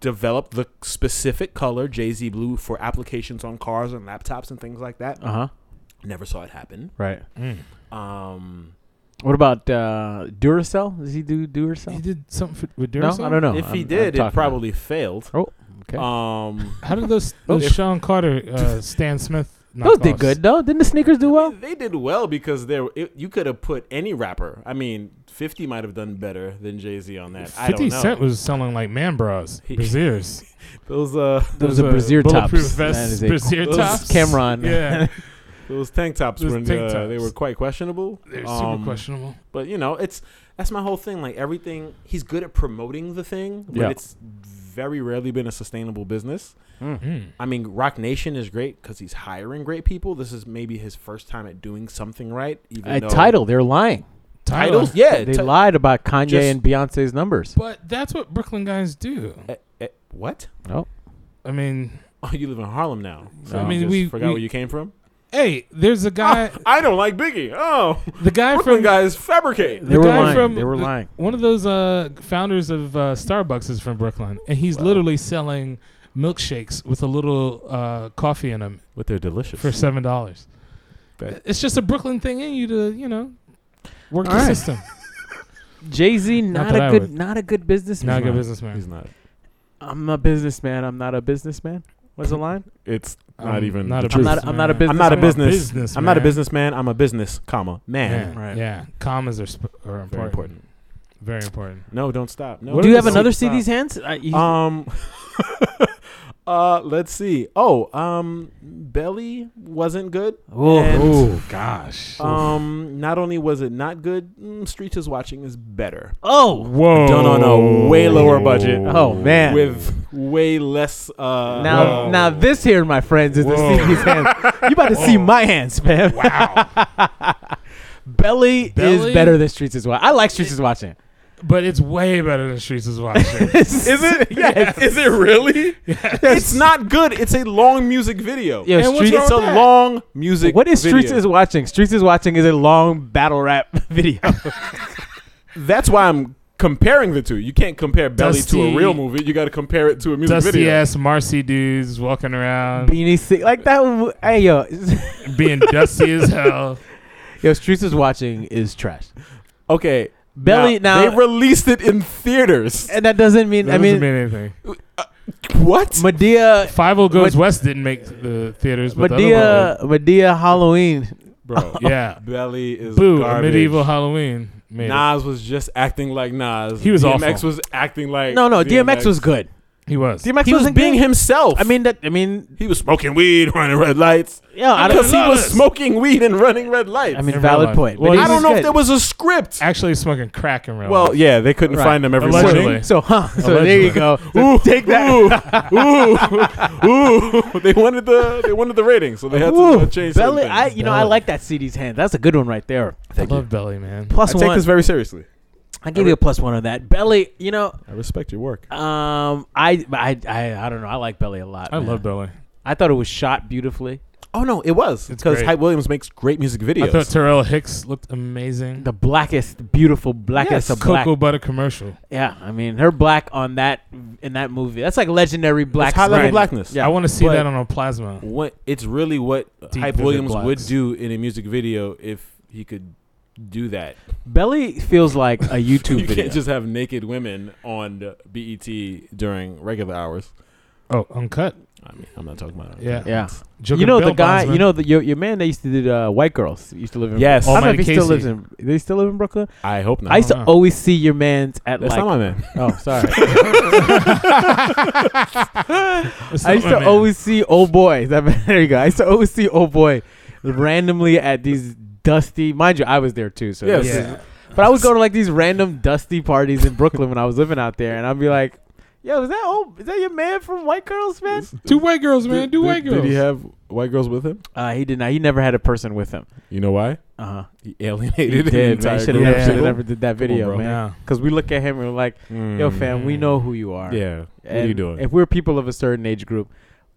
Speaker 4: developed the specific color Jay Z Blue for applications on cars and laptops and things like that.
Speaker 1: Uh huh.
Speaker 4: Never saw it happen.
Speaker 1: Right.
Speaker 2: Mm.
Speaker 4: Um,
Speaker 1: What about uh, Duracell? Does he do
Speaker 2: he
Speaker 1: Duracell?
Speaker 2: did something for, with
Speaker 1: No,
Speaker 2: Duracell.
Speaker 1: I don't know.
Speaker 4: if
Speaker 1: I'm-
Speaker 4: he
Speaker 1: I'm
Speaker 4: did,
Speaker 1: talking
Speaker 4: it probably failed.
Speaker 1: Oh, okay.
Speaker 4: Um,
Speaker 2: How did those,
Speaker 1: Oh.
Speaker 2: those Sean Carter, uh, Stan Smith?
Speaker 1: Those did
Speaker 2: knockoffs-
Speaker 1: good though. Didn't the sneakers do well?
Speaker 4: they did well because there it, you could have put any rapper. I mean, Fifty might have done better than Jay Z on that. I
Speaker 2: Fifty
Speaker 4: don't know.
Speaker 2: Cent was selling like man bras,
Speaker 4: He-
Speaker 2: brasiers.
Speaker 4: Those uh,
Speaker 1: Those are
Speaker 2: uh,
Speaker 1: brassiere tops.
Speaker 2: bulletproof vests,
Speaker 1: That is a-
Speaker 2: brassiere
Speaker 4: those
Speaker 2: tops.
Speaker 1: Cameron.
Speaker 2: Yeah,
Speaker 4: those tank tops
Speaker 2: Those
Speaker 4: were in,
Speaker 2: tank
Speaker 4: uh,
Speaker 2: tops.
Speaker 4: they were quite questionable.
Speaker 2: they're super
Speaker 4: Um,
Speaker 2: questionable.
Speaker 4: But you know, it's that's my whole thing. Like everything, he's good at promoting the thing, but
Speaker 1: Yeah.
Speaker 4: it's very rarely been a sustainable business.
Speaker 2: Mm.
Speaker 4: I mean, Rock Nation is great because he's hiring great people. This is maybe his first time at doing something right. Even
Speaker 1: A
Speaker 4: though
Speaker 1: title. They're lying.
Speaker 4: titles, yeah,
Speaker 1: they
Speaker 4: ti-
Speaker 1: lied about Kanye
Speaker 4: just-
Speaker 1: and Beyonce's numbers.
Speaker 2: But that's what Brooklyn guys do.
Speaker 4: Eh, eh, what?
Speaker 2: I mean,
Speaker 4: Oh, you live in Harlem now. So
Speaker 1: No.
Speaker 4: I
Speaker 1: I
Speaker 4: mean,
Speaker 1: mean,
Speaker 2: we-
Speaker 4: forgot
Speaker 2: we-
Speaker 4: where you came from.
Speaker 2: hey, there's a guy,
Speaker 4: Oh, I don't like Biggie. Oh,
Speaker 2: the guy
Speaker 4: Brooklyn
Speaker 2: from
Speaker 4: guys fabricate.
Speaker 1: They were
Speaker 2: guy
Speaker 1: lying.
Speaker 2: from-
Speaker 1: they were
Speaker 2: the-
Speaker 1: lying.
Speaker 2: one of those uh, founders of uh, Starbucks is from Brooklyn, and he's literally selling milkshakes with a little uh, coffee in them
Speaker 4: But they're delicious.
Speaker 2: for seven dollars.
Speaker 4: Bet.
Speaker 2: It's just a Brooklyn thing in you to you know work
Speaker 1: All
Speaker 2: the
Speaker 1: right.
Speaker 2: system.
Speaker 1: Jay Z,
Speaker 2: Not
Speaker 1: not,
Speaker 2: that
Speaker 1: a
Speaker 2: I
Speaker 1: good,
Speaker 2: would.
Speaker 1: not a good businessman.
Speaker 2: Not a good
Speaker 4: not.
Speaker 2: businessman.
Speaker 4: He's not.
Speaker 1: I'm a businessman. I'm not a businessman. What's the line?
Speaker 4: It's
Speaker 2: I'm
Speaker 4: not even.
Speaker 2: not
Speaker 4: the
Speaker 2: a
Speaker 4: truth.
Speaker 1: I'm not. I'm not a businessman.
Speaker 2: businessman.
Speaker 4: I'm not a business.
Speaker 2: business.
Speaker 4: I'm not a
Speaker 2: man.
Speaker 4: businessman. I'm a business, comma man.
Speaker 2: Yeah,
Speaker 1: Right.
Speaker 2: yeah. commas are, sp- are important.
Speaker 4: Very important.
Speaker 2: Very important.
Speaker 4: No, don't stop. No.
Speaker 2: What
Speaker 1: Do you
Speaker 2: are
Speaker 1: have
Speaker 2: the
Speaker 1: another
Speaker 4: Don't
Speaker 1: CD's
Speaker 4: stop.
Speaker 1: hands? Uh, you-
Speaker 4: Um. uh, let's see. Oh, um, Belly wasn't good.
Speaker 1: Ooh.
Speaker 4: and,
Speaker 2: Oh gosh.
Speaker 4: Um, not only was it not good, mm, Streets is watching is better.
Speaker 1: oh,
Speaker 2: Whoa.
Speaker 4: Done on a way lower budget.
Speaker 1: Oh, man.
Speaker 4: with way less. Uh,
Speaker 1: now,
Speaker 2: Whoa.
Speaker 1: now this here, my friends, is
Speaker 2: Whoa.
Speaker 1: the CD's hands. You about to see my hands, man.
Speaker 2: wow.
Speaker 1: Belly,
Speaker 2: Belly?
Speaker 1: is better than Streets is Watching. I like Streets is Watching.
Speaker 2: But it's way better than Streets is Watching.
Speaker 1: is it? Yes. Is it really?
Speaker 4: it's not good. It's a long music video.
Speaker 1: Yeah,
Speaker 2: And what's
Speaker 1: Streets.
Speaker 4: It's a
Speaker 2: wrong with that?
Speaker 4: long music.
Speaker 1: What is Streets
Speaker 4: video.
Speaker 1: is Watching? Streets is Watching is a long battle rap video.
Speaker 4: That's why I'm comparing the two. You can't compare Belly to a
Speaker 2: Dusty-
Speaker 4: real movie. You got to compare it to a music
Speaker 2: Dusty
Speaker 4: video.
Speaker 2: ass Marcy dudes walking around
Speaker 1: Beanie Sig- like that. w- Hey yo,
Speaker 2: being dusty as hell.
Speaker 1: yo, Streets is Watching is trash.
Speaker 4: Okay.
Speaker 1: Belly now,
Speaker 4: they released it in theaters.
Speaker 1: and that doesn't mean.
Speaker 2: That
Speaker 1: I mean,
Speaker 2: doesn't mean anything.
Speaker 4: What?
Speaker 1: Medea,
Speaker 2: Five O Goes
Speaker 1: Mad-
Speaker 2: West didn't make the theaters, but the other
Speaker 1: Medea, Medea Halloween.
Speaker 4: Bro,
Speaker 2: one
Speaker 1: uh,
Speaker 2: did. yeah.
Speaker 4: Belly is
Speaker 2: Boo, a
Speaker 4: garbage.
Speaker 2: medieval Halloween. Made it.
Speaker 4: Nas was just acting like Nas.
Speaker 2: He was
Speaker 4: DMX
Speaker 2: awful.
Speaker 4: was acting like
Speaker 1: No, no, DMX, was good.
Speaker 2: He was.
Speaker 1: DMX
Speaker 4: He was
Speaker 1: wasn't
Speaker 4: being
Speaker 1: good.
Speaker 4: himself.
Speaker 1: I mean that. I mean,
Speaker 4: he was smoking weed, running red lights.
Speaker 1: yeah. I
Speaker 4: Because
Speaker 1: don't.
Speaker 4: he
Speaker 2: love
Speaker 4: was
Speaker 2: this.
Speaker 4: smoking weed and running red lights.
Speaker 1: I mean,
Speaker 2: In real
Speaker 1: valid
Speaker 2: life.
Speaker 1: point.
Speaker 2: Well,
Speaker 1: but he
Speaker 4: I don't know if
Speaker 1: good.
Speaker 4: there was a script.
Speaker 2: actually smoking crack in real
Speaker 4: Well,
Speaker 2: life.
Speaker 4: yeah, they couldn't
Speaker 1: Right.
Speaker 4: find him every
Speaker 2: Allegedly.
Speaker 4: morning.
Speaker 1: So, huh? So there
Speaker 2: Allegedly.
Speaker 1: you go. Take that.
Speaker 4: Ooh, they wanted the they wanted the ratings, so they had to
Speaker 1: Ooh,
Speaker 4: uh, change
Speaker 1: Belly,
Speaker 4: something.
Speaker 1: I you know I
Speaker 2: Belly.
Speaker 1: like that CD's hand. That's a good one right there.
Speaker 2: I love Belly, man.
Speaker 1: Plus
Speaker 4: I
Speaker 1: one.
Speaker 4: take this very seriously.
Speaker 1: I give you a plus one on that. Belly, you know,
Speaker 3: I respect your work.
Speaker 1: um, I, I, I, I don't know. I like Belly a lot.
Speaker 2: I
Speaker 1: man.
Speaker 2: love Belly.
Speaker 1: I thought it was shot beautifully.
Speaker 4: Oh no, it was
Speaker 2: It's
Speaker 4: because
Speaker 2: great.
Speaker 4: Hype Williams makes great music videos.
Speaker 2: I thought Terrell Hicks looked amazing.
Speaker 1: The blackest, beautiful blackest
Speaker 4: Yes,
Speaker 1: of black.
Speaker 2: Cocoa Butter commercial.
Speaker 1: Yeah, I mean her black on that in that movie. That's like legendary black.
Speaker 4: it's high level
Speaker 1: skin.
Speaker 4: blackness.
Speaker 1: Yeah.
Speaker 2: I want to see
Speaker 4: But-
Speaker 2: that on a plasma.
Speaker 4: what it's really what
Speaker 2: Deep
Speaker 4: Hype
Speaker 2: vivid
Speaker 4: Williams
Speaker 2: blacks.
Speaker 4: would do in a music video if he could do that.
Speaker 1: Belly feels like a YouTube
Speaker 4: you
Speaker 1: video.
Speaker 4: can't just have naked women on the BET during regular hours.
Speaker 2: Oh, uncut.
Speaker 4: I mean, I'm not talking about
Speaker 2: Yeah.
Speaker 1: yeah,
Speaker 2: Joker
Speaker 1: you know the
Speaker 2: Bell
Speaker 1: guy.
Speaker 2: Bondsman.
Speaker 1: You know the, your your man. They used to do uh, white girls. Used to live in.
Speaker 4: Yes.
Speaker 1: I don't know if
Speaker 2: Almighty
Speaker 1: he still
Speaker 2: Casey.
Speaker 1: lives in. They still live in Brooklyn.
Speaker 4: I hope not.
Speaker 1: I used to
Speaker 2: Uh-uh.
Speaker 1: always see your man's at
Speaker 4: That's
Speaker 1: like.
Speaker 4: not my man.
Speaker 1: oh, sorry.
Speaker 2: It's
Speaker 1: I
Speaker 2: not
Speaker 1: used
Speaker 2: my
Speaker 1: to
Speaker 2: man.
Speaker 1: always see old boy. There you go. I used to always see old boy randomly at these dusty. Mind you, I was there too. So
Speaker 4: Yes.
Speaker 1: this is-
Speaker 2: Yeah.
Speaker 1: But I would go to like these random dusty parties in Brooklyn when I was living out there, and I'd be like, "Yo, is that old? Is that your man from White Girls, man?"
Speaker 2: Two white girls, man.
Speaker 3: Did-
Speaker 2: Two
Speaker 3: did-
Speaker 2: white girls.
Speaker 3: Did he have white girls with him?
Speaker 1: Uh, he did not. He never had a person with him.
Speaker 3: You know why?
Speaker 1: Uh huh.
Speaker 4: He
Speaker 1: He
Speaker 4: alienated
Speaker 1: did. Man. Should have
Speaker 2: group
Speaker 1: never,
Speaker 2: of
Speaker 1: shoulda
Speaker 2: people.
Speaker 1: never did that video,
Speaker 3: bro.
Speaker 1: man.
Speaker 2: Yeah.
Speaker 1: Because we look at him and we're like, "Yo,
Speaker 4: Mm.
Speaker 1: fam, we know who you are."
Speaker 3: Yeah.
Speaker 1: And
Speaker 3: what are you doing?
Speaker 1: If we're people of a certain age group,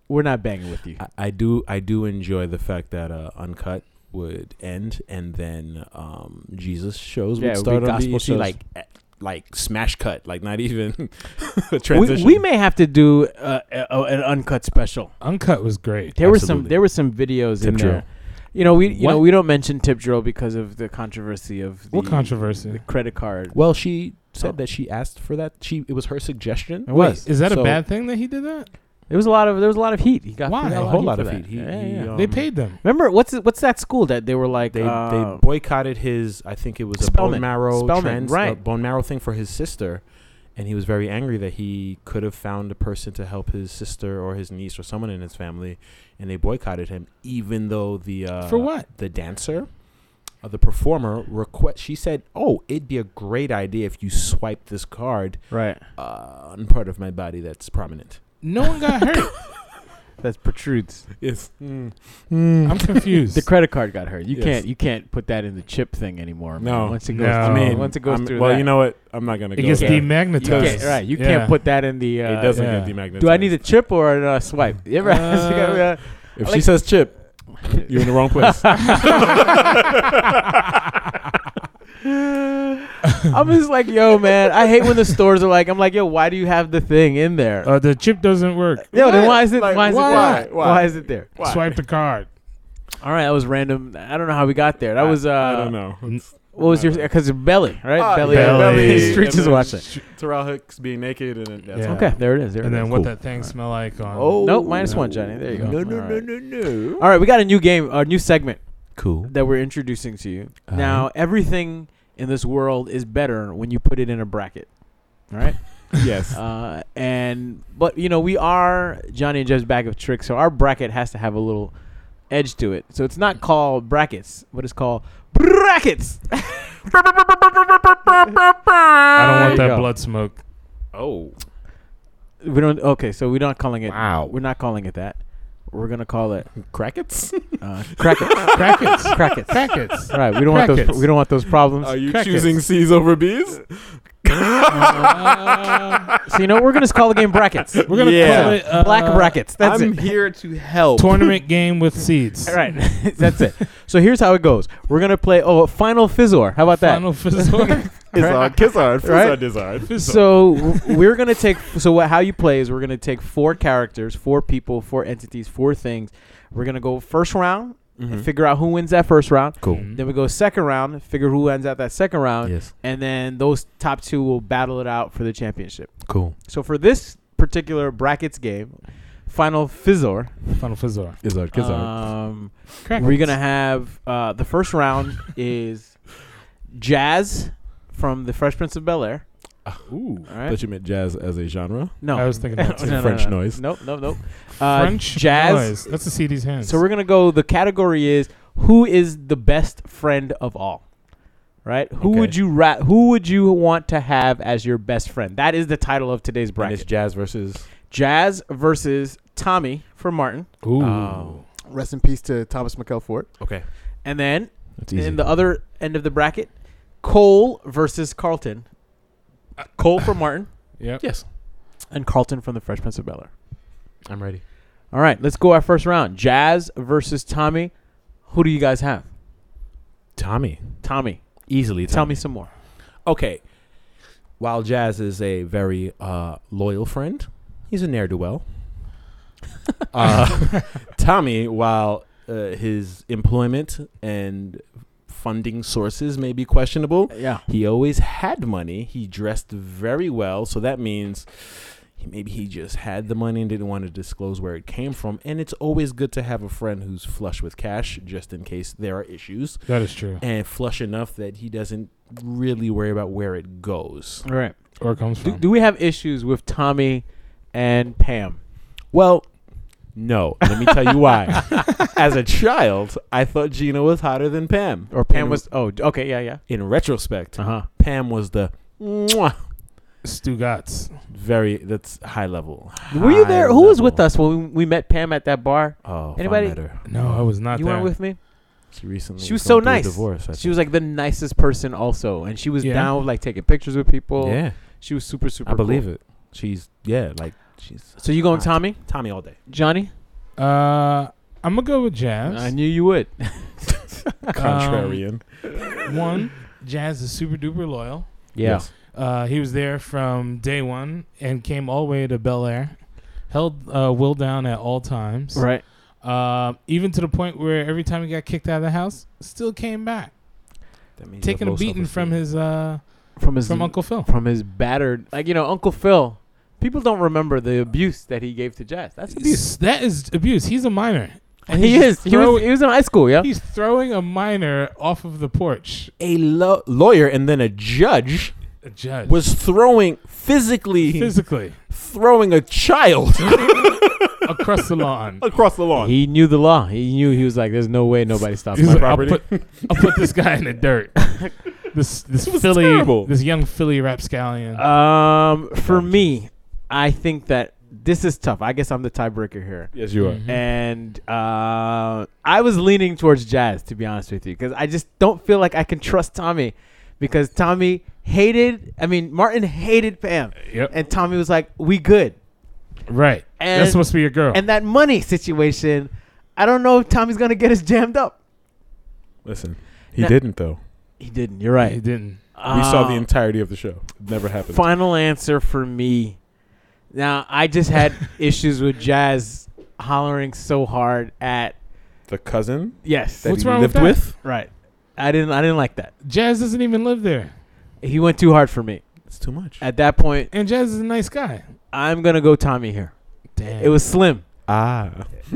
Speaker 1: we're not banging with you.
Speaker 4: I, I do. I do enjoy the fact that uh, Uncut would end, and then um, Jesus shows
Speaker 1: Yeah, it
Speaker 4: would
Speaker 1: would
Speaker 4: start
Speaker 1: be
Speaker 4: on
Speaker 1: gospel
Speaker 4: BET,
Speaker 1: shows.
Speaker 4: like eh, like smash cut, like not even a
Speaker 1: we,
Speaker 4: transition.
Speaker 1: we may have to do uh, a, a- an uncut special.
Speaker 2: Uncut was great.
Speaker 1: There were some.
Speaker 4: Absolutely.
Speaker 1: There were some videos in
Speaker 4: Tip drill.
Speaker 1: there. You know, we you know
Speaker 2: What?
Speaker 1: we don't mention tip drill because of the controversy of the,
Speaker 2: What
Speaker 1: the
Speaker 2: controversy?
Speaker 1: credit card.
Speaker 4: well, she said
Speaker 1: Oh.
Speaker 4: that she asked for that. She it was her suggestion.
Speaker 1: It was.
Speaker 2: Is that a
Speaker 4: So-
Speaker 2: bad thing that he did that?
Speaker 1: There was a lot of there was a lot of heat. He got
Speaker 2: Why?
Speaker 1: he got
Speaker 2: A
Speaker 4: whole lot
Speaker 1: for
Speaker 4: of
Speaker 1: that.
Speaker 4: heat. He-
Speaker 1: Yeah,
Speaker 4: he,
Speaker 1: yeah.
Speaker 4: um,
Speaker 2: they paid them.
Speaker 1: Remember what's what's that school that they were like
Speaker 4: They
Speaker 1: uh,
Speaker 4: they boycotted his. I think it was
Speaker 1: Spelman.
Speaker 4: a bone marrow
Speaker 1: Spelman,
Speaker 4: trans,
Speaker 1: right.
Speaker 4: uh, bone marrow thing for his sister, and he was very angry that he could have found a person to help his sister or his niece or someone in his family, and they boycotted him, even though the uh,
Speaker 2: For what?
Speaker 4: the dancer. Uh, the performer request. She said, "Oh, it'd be a great idea if you swipe this card
Speaker 1: right
Speaker 4: uh, on part of my body that's prominent."
Speaker 2: No one got hurt.
Speaker 1: that protrudes.
Speaker 4: Yes.
Speaker 1: Hmm.
Speaker 4: Mm.
Speaker 3: hmm.
Speaker 2: I'm confused.
Speaker 1: The credit card got hurt. You
Speaker 4: Yes.
Speaker 1: can't you can't put that in the chip thing anymore. man.
Speaker 3: No.
Speaker 1: once it goes
Speaker 2: No.
Speaker 1: through,
Speaker 2: I mean,
Speaker 1: once it goes
Speaker 3: I'm-
Speaker 1: through.
Speaker 3: well,
Speaker 1: that,
Speaker 3: you know what? I'm not gonna
Speaker 2: it
Speaker 3: go.
Speaker 2: gets
Speaker 3: there.
Speaker 1: you
Speaker 2: demagnetized.
Speaker 1: can't, right. You
Speaker 2: Yeah.
Speaker 1: can't put that in the.
Speaker 3: It
Speaker 1: Uh,
Speaker 3: doesn't
Speaker 2: yeah.
Speaker 3: get demagnetized.
Speaker 1: Do I need a chip or a swipe? You ever ask- you ever, uh, I
Speaker 3: If she
Speaker 1: like-
Speaker 3: says chip, you're in the wrong place.
Speaker 1: I'm just like, yo, man. I hate when the stores are like, I'm like, yo, why do you have the thing in there?
Speaker 2: Uh, the chip doesn't work.
Speaker 1: yo, then why is it?
Speaker 3: Like,
Speaker 1: why is it?
Speaker 3: why?
Speaker 1: there?
Speaker 3: Why?
Speaker 1: why is it there?
Speaker 2: Swipe the card.
Speaker 1: All right, that was random. I don't know how we got there. That was uh,
Speaker 3: I don't know.
Speaker 1: what was your because belly, right?
Speaker 3: Ah,
Speaker 1: belly,
Speaker 2: yeah, belly.
Speaker 1: Streets
Speaker 3: And
Speaker 1: is
Speaker 3: then
Speaker 1: watching.
Speaker 3: Sh- Terrell Hicks being naked and that's
Speaker 2: Yeah.
Speaker 3: all.
Speaker 1: Okay, there it is. There
Speaker 2: And
Speaker 1: it
Speaker 2: then
Speaker 1: is.
Speaker 2: what that thing smell like on
Speaker 4: Oh,
Speaker 1: Nope, minus one, Johnny. There you go.
Speaker 4: No, no,
Speaker 1: All
Speaker 4: no,
Speaker 1: right.
Speaker 4: no, no.
Speaker 1: All right, we got a new game, a new segment
Speaker 4: Cool.
Speaker 1: that we're introducing to you.
Speaker 4: Uh-huh.
Speaker 1: Now, everything in this world is better when you put it in a bracket. All right.
Speaker 3: Yes.
Speaker 1: Uh, and but you know we are Johnny and Jeff's bag of tricks, so our bracket has to have a little edge to it. So it's not called brackets, but it's called brackets.
Speaker 2: I don't
Speaker 1: I
Speaker 2: want that blood smoke.
Speaker 4: Oh.
Speaker 1: We don't. Okay, so we're not calling it.
Speaker 4: Wow.
Speaker 1: We're not calling it that. We're gonna call it
Speaker 4: Crackets?
Speaker 1: uh, crackets.
Speaker 2: Crackets.
Speaker 1: crackets. All
Speaker 2: Crackets.
Speaker 1: right. We don't want
Speaker 2: Crackets.
Speaker 1: those. We don't want those problems.
Speaker 4: Are you
Speaker 2: Crackets.
Speaker 4: choosing C's over B's?
Speaker 2: Uh,
Speaker 1: so you know what? we're gonna just call the game brackets.
Speaker 2: we're gonna
Speaker 4: Yeah.
Speaker 2: call it uh,
Speaker 1: Black brackets. That's
Speaker 4: I'm
Speaker 1: it.
Speaker 4: here to help.
Speaker 2: tournament game with seeds.
Speaker 1: All right. That's it. So here's how it goes. We're gonna play. Oh, final fizzor. How about that?
Speaker 2: Final Fizzor.
Speaker 3: Is
Speaker 1: Right.
Speaker 3: on, kiss on, fizz
Speaker 1: Right?
Speaker 3: on, design.
Speaker 1: So w- we're gonna take. So what, how you play is we're gonna take four characters, four people, four entities, four things. We're gonna go first round
Speaker 4: Mm-hmm.
Speaker 1: and figure out who wins that first round.
Speaker 4: Cool.
Speaker 2: Mhm.
Speaker 1: Then we go second round, figure who ends out that second round,
Speaker 4: Yes.
Speaker 1: and then those top two will battle it out for the championship.
Speaker 4: Cool.
Speaker 1: So for this particular brackets game, final fizzor,
Speaker 2: Final Fizzor.
Speaker 3: Is on, kiss on.
Speaker 1: um,
Speaker 2: Crackers.
Speaker 1: we're gonna have uh, the first round is jazz from the Fresh Prince of Bel Air.
Speaker 3: Ooh.
Speaker 1: All right.
Speaker 3: Thought you meant jazz as a genre.
Speaker 1: No,
Speaker 2: I was thinking about
Speaker 1: No, no,
Speaker 3: French
Speaker 1: no, no.
Speaker 3: noise.
Speaker 1: Nope, nope, nope. Uh,
Speaker 2: French
Speaker 1: jazz.
Speaker 2: noise. That's a CD's hands.
Speaker 1: So we're gonna go. The category is who is the best friend of all, right? Who
Speaker 4: Okay.
Speaker 1: would you ra- Who would you want to have as your best friend? That is the title of today's
Speaker 4: And it's
Speaker 1: bracket.
Speaker 4: jazz versus.
Speaker 1: Jazz versus Tommy for Martin.
Speaker 2: Ooh.
Speaker 4: Oh.
Speaker 1: Rest in peace to Thomas McKell Fort.
Speaker 4: Okay.
Speaker 1: And then
Speaker 3: That's easy.
Speaker 1: in the other end of the bracket, Cole versus Carlton
Speaker 2: Uh,
Speaker 1: Cole from Martin
Speaker 2: Yep.
Speaker 4: Yes,
Speaker 1: and Carlton from the Fresh Prince of Bel Air.
Speaker 4: I'm ready.
Speaker 1: All right, let's go our first round. Jazz versus Tommy. Who do you guys have?
Speaker 4: Tommy,
Speaker 1: Tommy,
Speaker 4: easily.
Speaker 1: tell me some more.
Speaker 4: Okay. While Jazz is a very uh, loyal friend, he's a ne'er do well. uh, Tommy, while uh, his employment and funding sources may be questionable,
Speaker 1: Yeah.
Speaker 4: he always had money. He dressed very well, so that means he- maybe he just had the money and didn't want to disclose where it came from. And it's always good to have a friend who's flush with cash just in case there are issues
Speaker 2: That is true.
Speaker 4: and flush enough that he doesn't really worry about where it goes.
Speaker 1: All right.
Speaker 2: Or it comes from.
Speaker 1: Do, do we have issues with Tommy and Pam?
Speaker 4: Well, no. Let me tell you why. As a child, I thought Gina was hotter than Pam.
Speaker 1: Or Pam
Speaker 4: In-
Speaker 1: was oh d- okay yeah yeah
Speaker 4: in retrospect,
Speaker 1: huh
Speaker 4: Pam was the mwah,
Speaker 2: Stugatz.
Speaker 4: very that's high level.
Speaker 1: were you there
Speaker 4: High
Speaker 1: who was with
Speaker 4: level.
Speaker 1: us when we met Pam at that bar
Speaker 4: Oh, if I
Speaker 1: Anybody?
Speaker 4: met her.
Speaker 2: No, I was not
Speaker 1: you
Speaker 2: there.
Speaker 1: weren't with me
Speaker 4: She recently
Speaker 1: She was so
Speaker 4: going through a
Speaker 1: nice.
Speaker 4: Divorce. I
Speaker 1: she was like the nicest person also and she was
Speaker 2: Yeah.
Speaker 1: down with like taking pictures with people
Speaker 4: think. yeah,
Speaker 1: she was super super
Speaker 4: I believe it. She's yeah, like she's
Speaker 1: so you going
Speaker 4: Hot.
Speaker 1: Tommy
Speaker 4: Tommy all day.
Speaker 1: Johnny
Speaker 2: Uh, I'm gonna go with Jazz. Um,
Speaker 1: I knew you would Um,
Speaker 4: Contrarian.
Speaker 2: One, Jazz is super duper loyal. Uh, he was there from day one and came all the way to Bel Air. Held uh, Will down at all times.
Speaker 1: right
Speaker 2: Uh, even to the point where every time he got kicked out of the house, still came back,
Speaker 4: That means you have
Speaker 2: taking a
Speaker 4: low
Speaker 2: beating from
Speaker 4: self-esteem.
Speaker 2: his uh,
Speaker 1: from his
Speaker 2: from Uncle Phil.
Speaker 1: from his battered like you know Uncle Phil people don't remember the abuse that he gave to Jazz that's abuse
Speaker 2: S- That is abuse. He's a minor. And
Speaker 1: he
Speaker 2: he's
Speaker 1: is he was,
Speaker 2: throwing-
Speaker 1: he was in high school yeah
Speaker 2: He's throwing a minor off of the porch.
Speaker 4: a lo- lawyer and then a judge
Speaker 2: A judge
Speaker 4: was throwing physically
Speaker 2: physically
Speaker 4: throwing a child
Speaker 2: across the lawn.
Speaker 4: across the lawn.
Speaker 1: he knew the law he knew he was like there's no way nobody stops
Speaker 2: He's
Speaker 1: my
Speaker 2: like,
Speaker 1: property.
Speaker 2: I'll put, I'll put this guy in the dirt. This this
Speaker 4: It was
Speaker 2: Philly,
Speaker 4: terrible.
Speaker 2: this young Philly rapscallion.
Speaker 1: Um, for me, I think that this is tough. I guess I'm the tiebreaker here,
Speaker 4: yes, you
Speaker 2: Mhm.
Speaker 1: and uh, I was leaning towards Jazz to be honest with you, because I just don't feel like I can trust Tommy, because Tommy hated. I mean, Martin hated Pam,
Speaker 2: Yep.
Speaker 1: and Tommy was like, "We good."
Speaker 2: right.
Speaker 1: And
Speaker 2: That's supposed to be your girl.
Speaker 1: and that money situation, I don't know if Tommy's gonna get us jammed up. Mm-hmm.
Speaker 3: Listen,
Speaker 1: he Now-
Speaker 3: didn't though.
Speaker 1: He didn't. You're
Speaker 2: He
Speaker 1: right.
Speaker 2: didn't.
Speaker 3: We saw the
Speaker 1: Uh,
Speaker 3: entirety of the show. Never happened.
Speaker 1: Final answer for me. Now I just had issues with Jazz hollering so hard at
Speaker 3: The cousin
Speaker 1: yes,
Speaker 3: that
Speaker 2: What's
Speaker 3: he
Speaker 2: wrong with
Speaker 3: lived
Speaker 2: that?
Speaker 3: with.
Speaker 1: right. I didn't. I didn't like that.
Speaker 2: Jazz doesn't even live there,
Speaker 1: He went too hard for me.
Speaker 4: It's too much.
Speaker 1: At that point,
Speaker 2: and Jazz is a nice guy.
Speaker 1: I'm gonna go Tommy here.
Speaker 2: Damn.
Speaker 1: It was slim.
Speaker 4: Ah,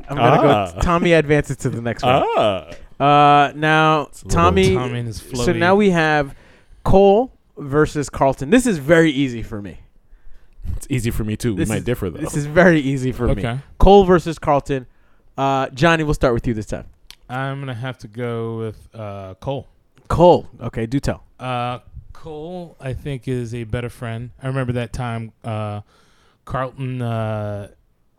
Speaker 1: I'm gonna
Speaker 4: Ah.
Speaker 1: go. Tommy advances to the next round.
Speaker 4: ah.
Speaker 1: Uh, now
Speaker 4: It's a little
Speaker 1: Tommy.
Speaker 2: Tommy and his floaty.
Speaker 1: So now we have Cole versus Carlton. This is very easy for me.
Speaker 4: It's easy for me too.
Speaker 1: This
Speaker 4: we might
Speaker 1: is-
Speaker 4: differ though.
Speaker 1: This is very easy for me.
Speaker 2: okay.
Speaker 1: Cole versus Carlton. Uh, Johnny, we'll start with you this time.
Speaker 2: I'm gonna have to go with uh, Cole.
Speaker 1: Cole. Okay, do tell.
Speaker 2: Uh, Cole, I think, is a better friend. I remember that time uh, Carlton uh,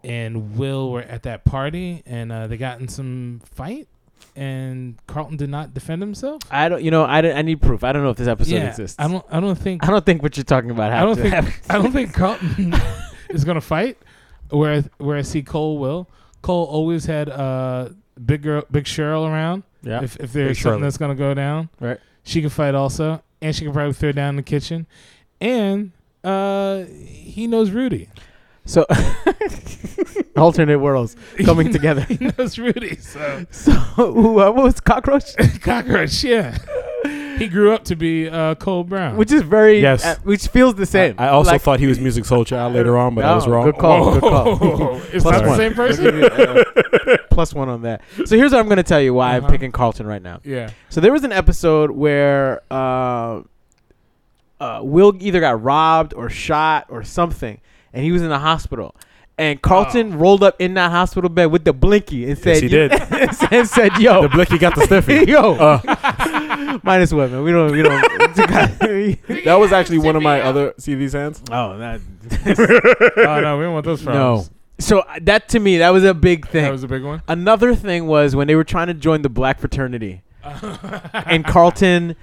Speaker 2: and Will were at that party, and uh, they got in some fight, and Carlton did not defend himself.
Speaker 1: I don't. You know, I, don't- I need proof. I don't know if this episode
Speaker 2: yeah,
Speaker 1: exists.
Speaker 2: I don't. I don't think.
Speaker 1: I don't think what you're talking about.
Speaker 2: I don't
Speaker 1: Happened.
Speaker 2: think. I don't think Carlton is gonna fight. Where I, where I see Cole will. Cole always had uh big girl, big Cheryl around.
Speaker 1: Yeah.
Speaker 2: If, if there's
Speaker 4: Big
Speaker 2: something
Speaker 4: Shirley.
Speaker 2: that's gonna go down,
Speaker 1: Right.
Speaker 2: She can fight also, and she can probably throw down in the kitchen, and uh, he knows Rudy.
Speaker 1: So, alternate worlds coming together.
Speaker 2: He knows Rudy. So
Speaker 1: So, who, uh, what was cockroach?
Speaker 2: cockroach, yeah. He grew up to be uh, Cole Brown.
Speaker 1: Which is very
Speaker 4: Yes.
Speaker 1: uh, which feels the same.
Speaker 4: I, I also
Speaker 1: Like-
Speaker 4: thought he was Music Soul Child later on, but I was
Speaker 1: No,
Speaker 4: wrong. Oh.
Speaker 1: Good call. Good
Speaker 2: Whoa.
Speaker 1: call.
Speaker 2: Is
Speaker 1: Plus
Speaker 2: that the
Speaker 4: one.
Speaker 2: same
Speaker 1: I'll
Speaker 2: person?
Speaker 1: give you, uh, plus one on that. So here's what I'm going to tell you why
Speaker 2: Uh-huh.
Speaker 1: I'm picking Carlton right now.
Speaker 2: Yeah.
Speaker 1: So there was an episode where uh, uh, Will either got robbed or shot or something, and he was in the hospital. And Carlton rolled up in that hospital bed with the blinky and said,
Speaker 4: Oh. he
Speaker 1: "Yo-"
Speaker 4: did.
Speaker 1: and said, "Yo,
Speaker 4: The blicky got the stiffy. Uh.
Speaker 1: yo." Minus women, we don't, we don't.
Speaker 3: That was actually one of my other. See these hands?
Speaker 1: oh, that
Speaker 2: Oh no, we don't want those problems.
Speaker 1: So uh, that to me, that was a big
Speaker 2: That
Speaker 1: thing.
Speaker 2: was a big one.
Speaker 1: Another thing was when they were trying to join the black fraternity, and Carlton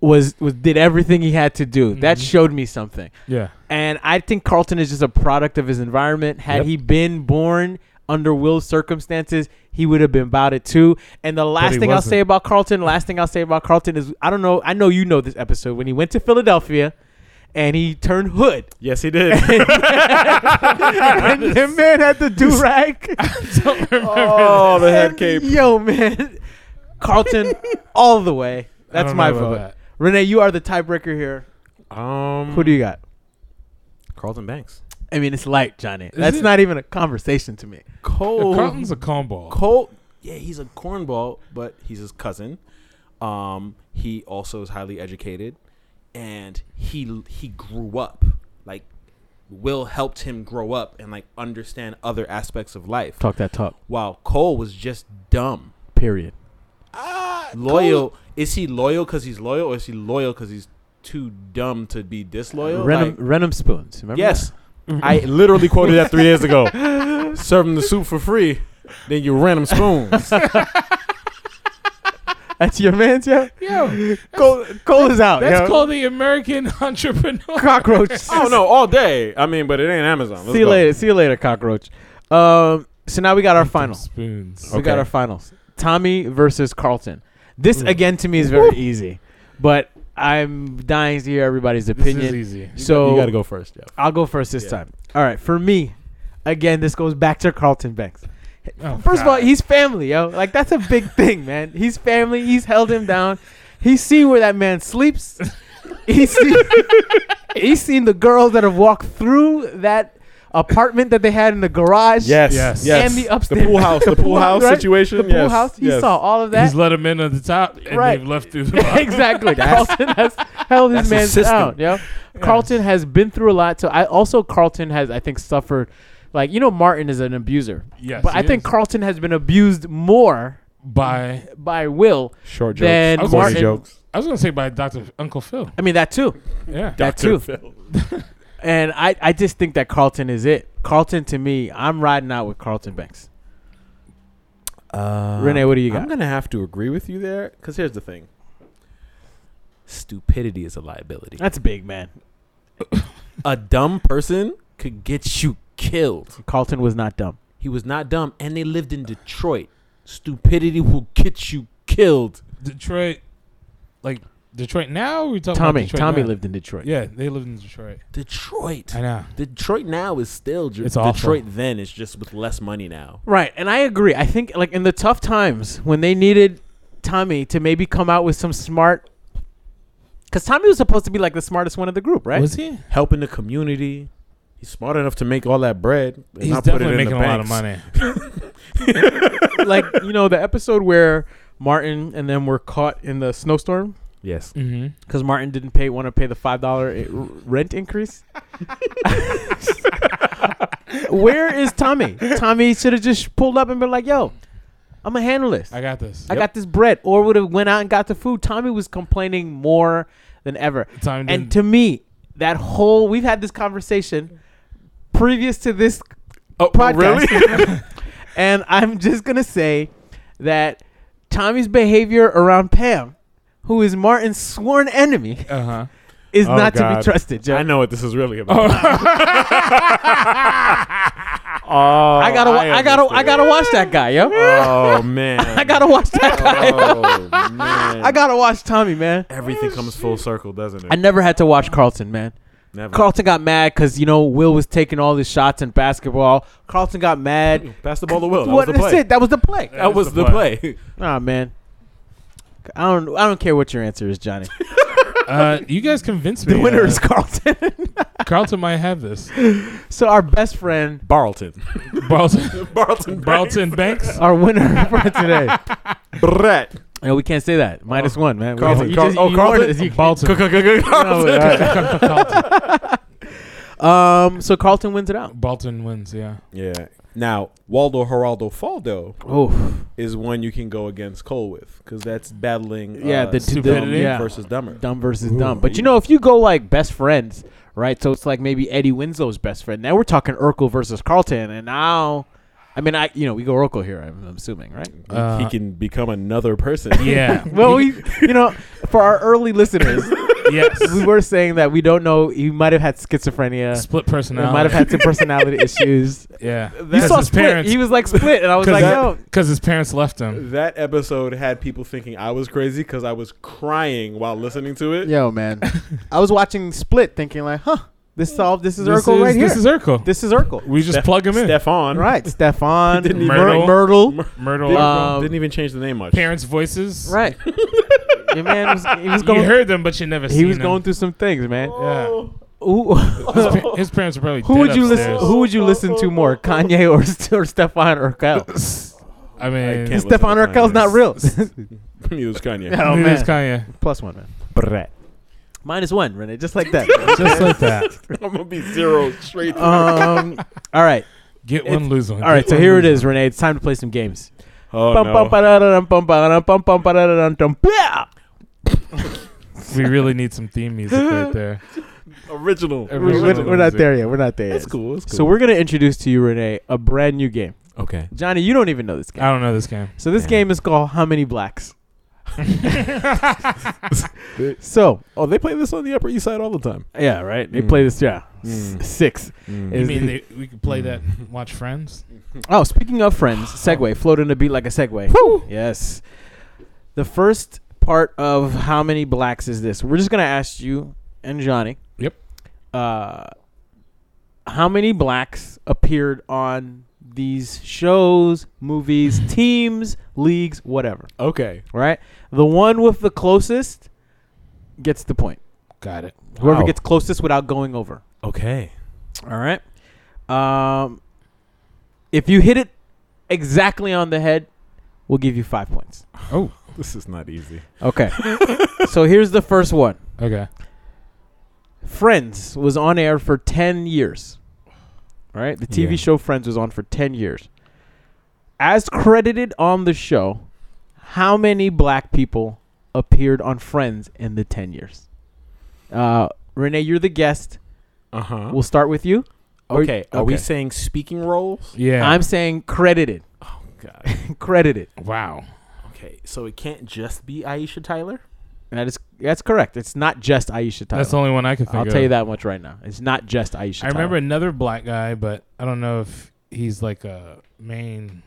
Speaker 1: was was did everything he had to do. That
Speaker 4: Mm-hmm.
Speaker 2: Mhm.
Speaker 1: showed me something.
Speaker 2: Yeah.
Speaker 1: And I think Carlton is just a product of his environment. Had
Speaker 2: Yep.
Speaker 1: he been born under Will's circumstances, he would have been about it too. And the last
Speaker 2: he
Speaker 1: thing I'll
Speaker 2: wasn't.
Speaker 1: say about Carlton, last thing I'll say about Carlton is I don't know, I know you know this episode when he went to Philadelphia and he turned hood.
Speaker 4: Yes, he did.
Speaker 1: and the man had the do rag.
Speaker 2: Don't remember.
Speaker 4: oh, the head
Speaker 1: And
Speaker 4: cape.
Speaker 1: Yo, man. Carlton all the way.
Speaker 2: I
Speaker 1: That's
Speaker 2: don't
Speaker 1: my
Speaker 2: know about
Speaker 1: vote.
Speaker 2: that.
Speaker 1: Renee, you are the tiebreaker here.
Speaker 4: Um,
Speaker 1: Who do you got?
Speaker 4: Carlton Banks.
Speaker 1: I mean, it's light, Johnny. That's
Speaker 2: it?
Speaker 1: not even a conversation to me.
Speaker 4: Cole.
Speaker 2: Carlton's a cornball. ball.
Speaker 4: Cole. Yeah, he's a cornball, but he's his cousin. Um, he also is highly educated, and he he grew up. Like, Will helped him grow up and like understand other aspects of life.
Speaker 1: Talk that talk.
Speaker 4: While Cole was just dumb.
Speaker 1: Period.
Speaker 4: Loyal. Is he loyal because he's loyal, or is he loyal because he's too dumb to be disloyal?
Speaker 1: Renum,
Speaker 4: Like-
Speaker 1: Renum spoons. Remember?
Speaker 4: Yes. I literally quoted that three days ago. Serve them the soup for free, then you random spoons.
Speaker 1: that? that's your man's. Yeah.
Speaker 2: Yo,
Speaker 1: Cole, Cole is out.
Speaker 2: that's
Speaker 1: yo.
Speaker 2: called the American entrepreneur.
Speaker 1: cockroach.
Speaker 4: oh no, all day. I mean, but it ain't Amazon. Let's
Speaker 1: See you
Speaker 4: go.
Speaker 1: later. See you later, cockroach. Um. So now we got our finals.
Speaker 2: Spoons.
Speaker 1: We got
Speaker 4: Okay.
Speaker 1: our finals. Tommy versus Carlton. This
Speaker 2: Ooh.
Speaker 1: again to me is very easy, but I'm dying to hear everybody's
Speaker 2: This is
Speaker 1: opinion.
Speaker 2: easy.
Speaker 1: So
Speaker 4: you got to go first, Jeff.
Speaker 1: I'll go first this
Speaker 4: Yeah.
Speaker 1: time. All right, for me, again, this goes back to Carlton Banks.
Speaker 2: Oh,
Speaker 1: First of all,
Speaker 2: God.
Speaker 1: he's family, yo. Like that's a big thing, man. He's family. He's held him down. He's seen where that man sleeps. He's seen, he's seen the girls that have walked through that apartment that they had in the garage.
Speaker 2: Yes.
Speaker 1: And the upstairs.
Speaker 4: pool house, the pool house
Speaker 1: right?
Speaker 4: situation.
Speaker 1: The pool
Speaker 4: yes,
Speaker 1: house. He
Speaker 4: yes.
Speaker 1: saw all of that.
Speaker 2: he's let him in at the top, and
Speaker 1: Right.
Speaker 2: they've left through the bottom.
Speaker 1: exactly. Carlton has held his
Speaker 4: that's a
Speaker 1: man
Speaker 4: system.
Speaker 1: down. Yo. Carlton has been through a lot. So I also Carlton has I think suffered, like you know Martin is an abuser,
Speaker 2: Yes,
Speaker 1: but I
Speaker 2: he
Speaker 1: think
Speaker 2: is.
Speaker 1: Carlton has been abused more
Speaker 2: by
Speaker 1: by Will.
Speaker 4: short jokes,
Speaker 1: Then
Speaker 4: corny
Speaker 2: Martin-
Speaker 4: jokes.
Speaker 2: I was gonna say by Doctor Uncle Phil.
Speaker 1: I mean that too.
Speaker 2: Yeah.
Speaker 1: That
Speaker 4: Dr.
Speaker 1: too.
Speaker 4: Phil.
Speaker 1: And I I just think that Carlton is it. Carlton to me, I'm riding out with Carlton Banks.
Speaker 4: Uh,
Speaker 1: Renee, what do you got?
Speaker 4: I'm gonna have to agree with you there, because here's the thing: stupidity is a liability.
Speaker 1: That's big man.
Speaker 4: a dumb person could get you killed.
Speaker 1: Carlton was not dumb.
Speaker 4: He was not dumb, and they lived in Detroit. Stupidity will get you killed.
Speaker 2: Detroit, like Detroit now. or We talking
Speaker 1: Tommy
Speaker 2: About Detroit
Speaker 1: Tommy
Speaker 2: now?
Speaker 1: lived in Detroit.
Speaker 2: Yeah, they lived in Detroit.
Speaker 4: Detroit.
Speaker 2: I know.
Speaker 4: Detroit now is still Dr-
Speaker 2: It's awful.
Speaker 4: Detroit. Then it's just with less money now.
Speaker 1: Right, and I agree. I think like in the tough times when they needed Tommy to maybe come out with some smart, because Tommy was supposed to be like the smartest one of the group, right?
Speaker 2: Was he?
Speaker 4: Helping the community. He's smart enough to make all that bread. and
Speaker 2: He's
Speaker 4: not put it
Speaker 2: definitely
Speaker 4: in the
Speaker 2: making a lot of
Speaker 4: banks.
Speaker 2: money.
Speaker 1: like you know the episode where Martin and them were caught in the snowstorm
Speaker 4: Yes.
Speaker 2: mm-hmm.
Speaker 1: because Martin didn't pay want to pay the five dollar eh, rent increase. Where is Tommy? Tommy should have just pulled up and been like, "Yo, I'm gonna handle this.
Speaker 2: I got this.
Speaker 1: I got this bread," or would have went out and got the food. Tommy was complaining more than ever.
Speaker 2: Time
Speaker 1: And to me, that whole we've had this conversation previous to this
Speaker 4: Oh,
Speaker 1: podcast, and I'm just gonna say that Tommy's behavior around Pam, who is Martin's sworn enemy,
Speaker 2: uh huh.
Speaker 1: is
Speaker 4: Oh,
Speaker 1: not to be
Speaker 4: God.
Speaker 1: trusted. Joe.
Speaker 4: I know what this is really about.
Speaker 1: I gotta, wa- I, gotta, I gotta watch that guy, yo.
Speaker 4: Oh man.
Speaker 1: I gotta watch that guy.
Speaker 4: Oh man.
Speaker 1: I gotta watch Tommy, man.
Speaker 4: Everything comes full circle, doesn't it?
Speaker 1: I never had to watch Carlton, man.
Speaker 4: Never.
Speaker 1: Carlton got mad because you know Will was taking all his shots in basketball. Carlton got mad.
Speaker 4: Pass the ball to Will. That
Speaker 1: What-
Speaker 4: was the
Speaker 1: that's
Speaker 4: play.
Speaker 1: it. That was the play.
Speaker 4: That
Speaker 2: is
Speaker 4: was
Speaker 2: the
Speaker 4: the play.
Speaker 1: Ah man, I don't I don't care what your answer is, Johnny.
Speaker 2: Uh, you guys convinced me.
Speaker 1: The winner
Speaker 2: uh,
Speaker 1: is Carlton.
Speaker 2: Carlton. Might have this.
Speaker 1: so our best friend,
Speaker 4: Barlton.
Speaker 2: Barlton.
Speaker 4: Barlton.
Speaker 2: Barlton Banks.
Speaker 1: our winner for today. Oh.
Speaker 4: Brett.
Speaker 1: No, we can't say that. Minus one, man. We
Speaker 4: Carlton,
Speaker 1: just-
Speaker 4: Carl-
Speaker 1: just-
Speaker 4: oh,
Speaker 1: you
Speaker 4: Carlton?
Speaker 1: wanted- you-
Speaker 2: Barlton.
Speaker 1: no, all right.
Speaker 2: Carlton.
Speaker 1: Um. So Carlton wins it out.
Speaker 2: Barlton wins. Yeah.
Speaker 4: Yeah. Now, Waldo Geraldo Faldo
Speaker 1: Oh,
Speaker 4: is one you can go against Cole with because that's battling.
Speaker 1: Yeah,
Speaker 4: uh,
Speaker 1: the two-
Speaker 4: dumb
Speaker 1: the- yeah.
Speaker 4: versus dumber.
Speaker 1: dumb versus dumb. But you know, if you go like best friends, right? So it's like maybe Eddie Winslow's best friend. Now we're talking Urkel versus Carlton, and now I mean, I you know we go Roco here. I'm, I'm assuming, right?
Speaker 2: Uh,
Speaker 4: he can become another person.
Speaker 2: Yeah.
Speaker 1: Well, we you know for our early listeners,
Speaker 2: yes.
Speaker 1: we were saying that we don't know. He might have had schizophrenia.
Speaker 2: Split
Speaker 1: He
Speaker 2: personality.
Speaker 1: might have had some personality issues.
Speaker 2: Yeah.
Speaker 1: You
Speaker 2: Because
Speaker 1: saw
Speaker 2: his
Speaker 1: Split.
Speaker 2: parents.
Speaker 1: He was like Split, and I was
Speaker 4: 'Cause
Speaker 1: like,
Speaker 4: that-
Speaker 1: yo,
Speaker 2: Because his parents left him.
Speaker 4: That episode had people thinking I was crazy because I was crying while listening to it.
Speaker 1: yo, man. I was watching Split, thinking like, huh, this solved. This is
Speaker 2: This
Speaker 1: Urkel
Speaker 2: is-
Speaker 1: right here.
Speaker 2: This is Urkel.
Speaker 1: This is Urkel.
Speaker 2: we just
Speaker 4: Steph-
Speaker 2: plug him in.
Speaker 4: Stefan.
Speaker 1: Right, Stefan
Speaker 4: Didn't
Speaker 1: Myrtle.
Speaker 4: even-
Speaker 1: Myrtle.
Speaker 2: Myrtle.
Speaker 4: Didn't,
Speaker 1: Um,
Speaker 4: didn't even change the name much.
Speaker 2: parents' voices.
Speaker 1: Right, your man was he was
Speaker 2: You
Speaker 1: going
Speaker 2: heard them, but you never seen
Speaker 1: he was
Speaker 2: them.
Speaker 1: going through some things, man.
Speaker 2: Yeah.
Speaker 1: Ooh.
Speaker 2: His, pa- his parents were probably
Speaker 1: Who
Speaker 2: dead
Speaker 1: would you listen?
Speaker 2: upstairs.
Speaker 1: Who would you listen to more, Kanye or or Stefan Urkel?
Speaker 2: I mean,
Speaker 4: can't-
Speaker 1: Stefan
Speaker 4: listen to
Speaker 1: Urkel's not
Speaker 4: Kanye.
Speaker 1: real.
Speaker 4: Neither was Kanye.
Speaker 1: Oh,
Speaker 2: neither is
Speaker 1: man.
Speaker 2: Kanye.
Speaker 1: Plus one, man.
Speaker 4: Brat.
Speaker 1: Minus one, Renee. Just like that.
Speaker 2: Just like that.
Speaker 4: I'm gonna be zero straight.
Speaker 1: um. All right.
Speaker 2: Get one, lose one.
Speaker 1: All right. So here it is, Renee. It's time to play some games.
Speaker 4: oh
Speaker 1: Bum, bum,
Speaker 4: no.
Speaker 1: ba-da-da-dum, bum, ba-da-dum, bum, bum, ba-da-da-dum, dum, blah!
Speaker 2: We really need some theme music right there.
Speaker 4: Original.
Speaker 1: We're
Speaker 2: Original.
Speaker 1: we're- we're not there yet. We're not there yet.
Speaker 4: That's cool. That's cool.
Speaker 1: So we're gonna introduce to you, Renee, a brand new game.
Speaker 4: okay.
Speaker 1: Johnny, you don't even know this game.
Speaker 2: I don't know this game.
Speaker 1: So this
Speaker 4: Yeah.
Speaker 1: game is called How Many Blacks. So
Speaker 4: Oh, they play this on the Upper East Side all the time.
Speaker 1: yeah, right. They
Speaker 4: Mm.
Speaker 1: play this. Yeah,
Speaker 4: Mm.
Speaker 1: S- six.
Speaker 2: You
Speaker 1: Is-
Speaker 2: mean they, we could play that? and Watch Friends.
Speaker 1: Oh, speaking of friends, segue. Float in a beat like a segue. Yes. The first part of how many blacks is this? We're just gonna ask you and Johnny.
Speaker 2: Yep.
Speaker 1: Uh, how many blacks appeared on these shows, movies, teams, leagues, whatever?
Speaker 4: Okay.
Speaker 1: Right. The one with the closest gets the point.
Speaker 2: Got it.
Speaker 1: Whoever
Speaker 4: Wow.
Speaker 1: gets closest without going over.
Speaker 4: Okay.
Speaker 1: All right. Um, if you hit it exactly on the head, we'll give you five points.
Speaker 4: This is not easy.
Speaker 1: Okay. so here's the first one.
Speaker 2: Okay.
Speaker 1: Friends was on air for ten years. All right. The TV
Speaker 4: Yeah.
Speaker 1: show Friends was on for ten years. As credited on the show, how many black people appeared on Friends in the ten years? Uh, Renee, you're the guest.
Speaker 4: Uh huh.
Speaker 1: We'll start with you. Are-
Speaker 4: okay. Are we
Speaker 1: okay.
Speaker 4: saying speaking roles?
Speaker 2: Yeah.
Speaker 1: I'm saying credited.
Speaker 4: God.
Speaker 1: credited.
Speaker 2: wow.
Speaker 4: Okay. So it can't just be Aisha Tyler.
Speaker 1: That is that's correct. It's not just Aisha Tyler.
Speaker 2: That's the only one I could think
Speaker 1: I'll
Speaker 2: of.
Speaker 1: tell you that much right now. It's not just Aisha.
Speaker 2: I remember another black guy, but I don't know if he's like a main.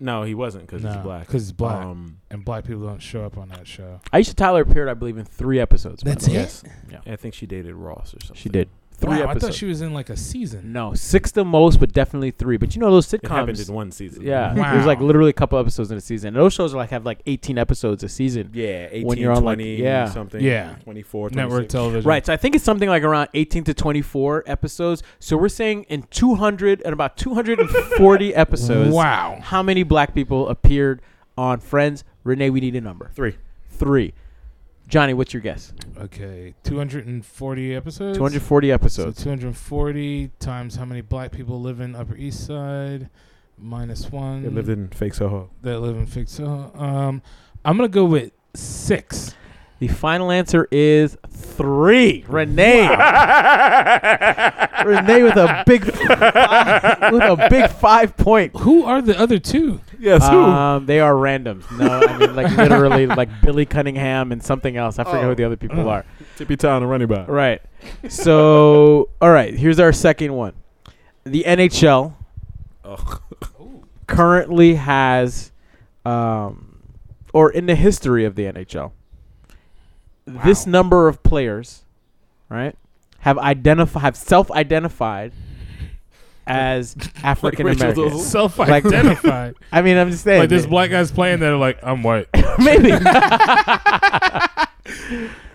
Speaker 4: No, he wasn't because
Speaker 2: no,
Speaker 4: he's black.
Speaker 2: 'cause he's black,
Speaker 4: Um,
Speaker 2: and black people don't show up on that show.
Speaker 1: Tyler. Aisha Tyler appeared, I believe, in three episodes. by
Speaker 2: That's
Speaker 1: the way.
Speaker 2: it?
Speaker 4: yes.
Speaker 1: Yeah.
Speaker 4: I think she dated Ross or something.
Speaker 1: She did three
Speaker 2: wow, I
Speaker 1: episodes.
Speaker 2: thought she was in like a season.
Speaker 1: no, six the most, but definitely three. But you know those
Speaker 4: It happened in
Speaker 1: sitcoms.
Speaker 4: one season.
Speaker 1: Yeah,
Speaker 2: Wow.
Speaker 1: there's like literally a couple episodes in a season. And those shows are like have like 18 episodes a season.
Speaker 4: Yeah. 18,
Speaker 1: When you're on, like,
Speaker 4: 20,
Speaker 1: yeah.
Speaker 4: something.
Speaker 2: Yeah.
Speaker 4: 24,
Speaker 2: Network
Speaker 4: 26.
Speaker 2: television.
Speaker 1: Right, so I think it's something like around 18 to 24 episodes. So we're saying in 200 and about 240 episodes,
Speaker 2: Wow.
Speaker 1: how many black people appeared on Friends? Renee, we need a number.
Speaker 4: Three.
Speaker 1: Three. Johnny, what's your guess?
Speaker 2: Okay. 240 episodes.
Speaker 1: 240
Speaker 2: So
Speaker 1: episodes.
Speaker 2: 240 times how many black people live in Upper East Side? Minus one.
Speaker 4: They lived in fake Soho.
Speaker 2: That live in Fix. Um, I'm gonna go with six.
Speaker 1: The final answer is three. Renee.
Speaker 4: Oh,
Speaker 1: Renee with a big with a big five point.
Speaker 2: Who are the other two?
Speaker 4: Yes.
Speaker 1: Um, they are random. No, I mean like literally like Billy Cunningham and something else. I forget who the other people are.
Speaker 4: Oh. Tippy Town and Running Back.
Speaker 1: Right. So, all right. Here's our second one. The NHL currently has, um, or in the history of the NHL, this
Speaker 2: Wow.
Speaker 1: number of players, right, have identified, have self-identified as African
Speaker 4: Rachel
Speaker 1: American.
Speaker 4: Dolezal?
Speaker 2: Self-identified.
Speaker 1: I mean, I'm just saying.
Speaker 2: like this black guy's playing that. Like I'm white.
Speaker 1: maybe.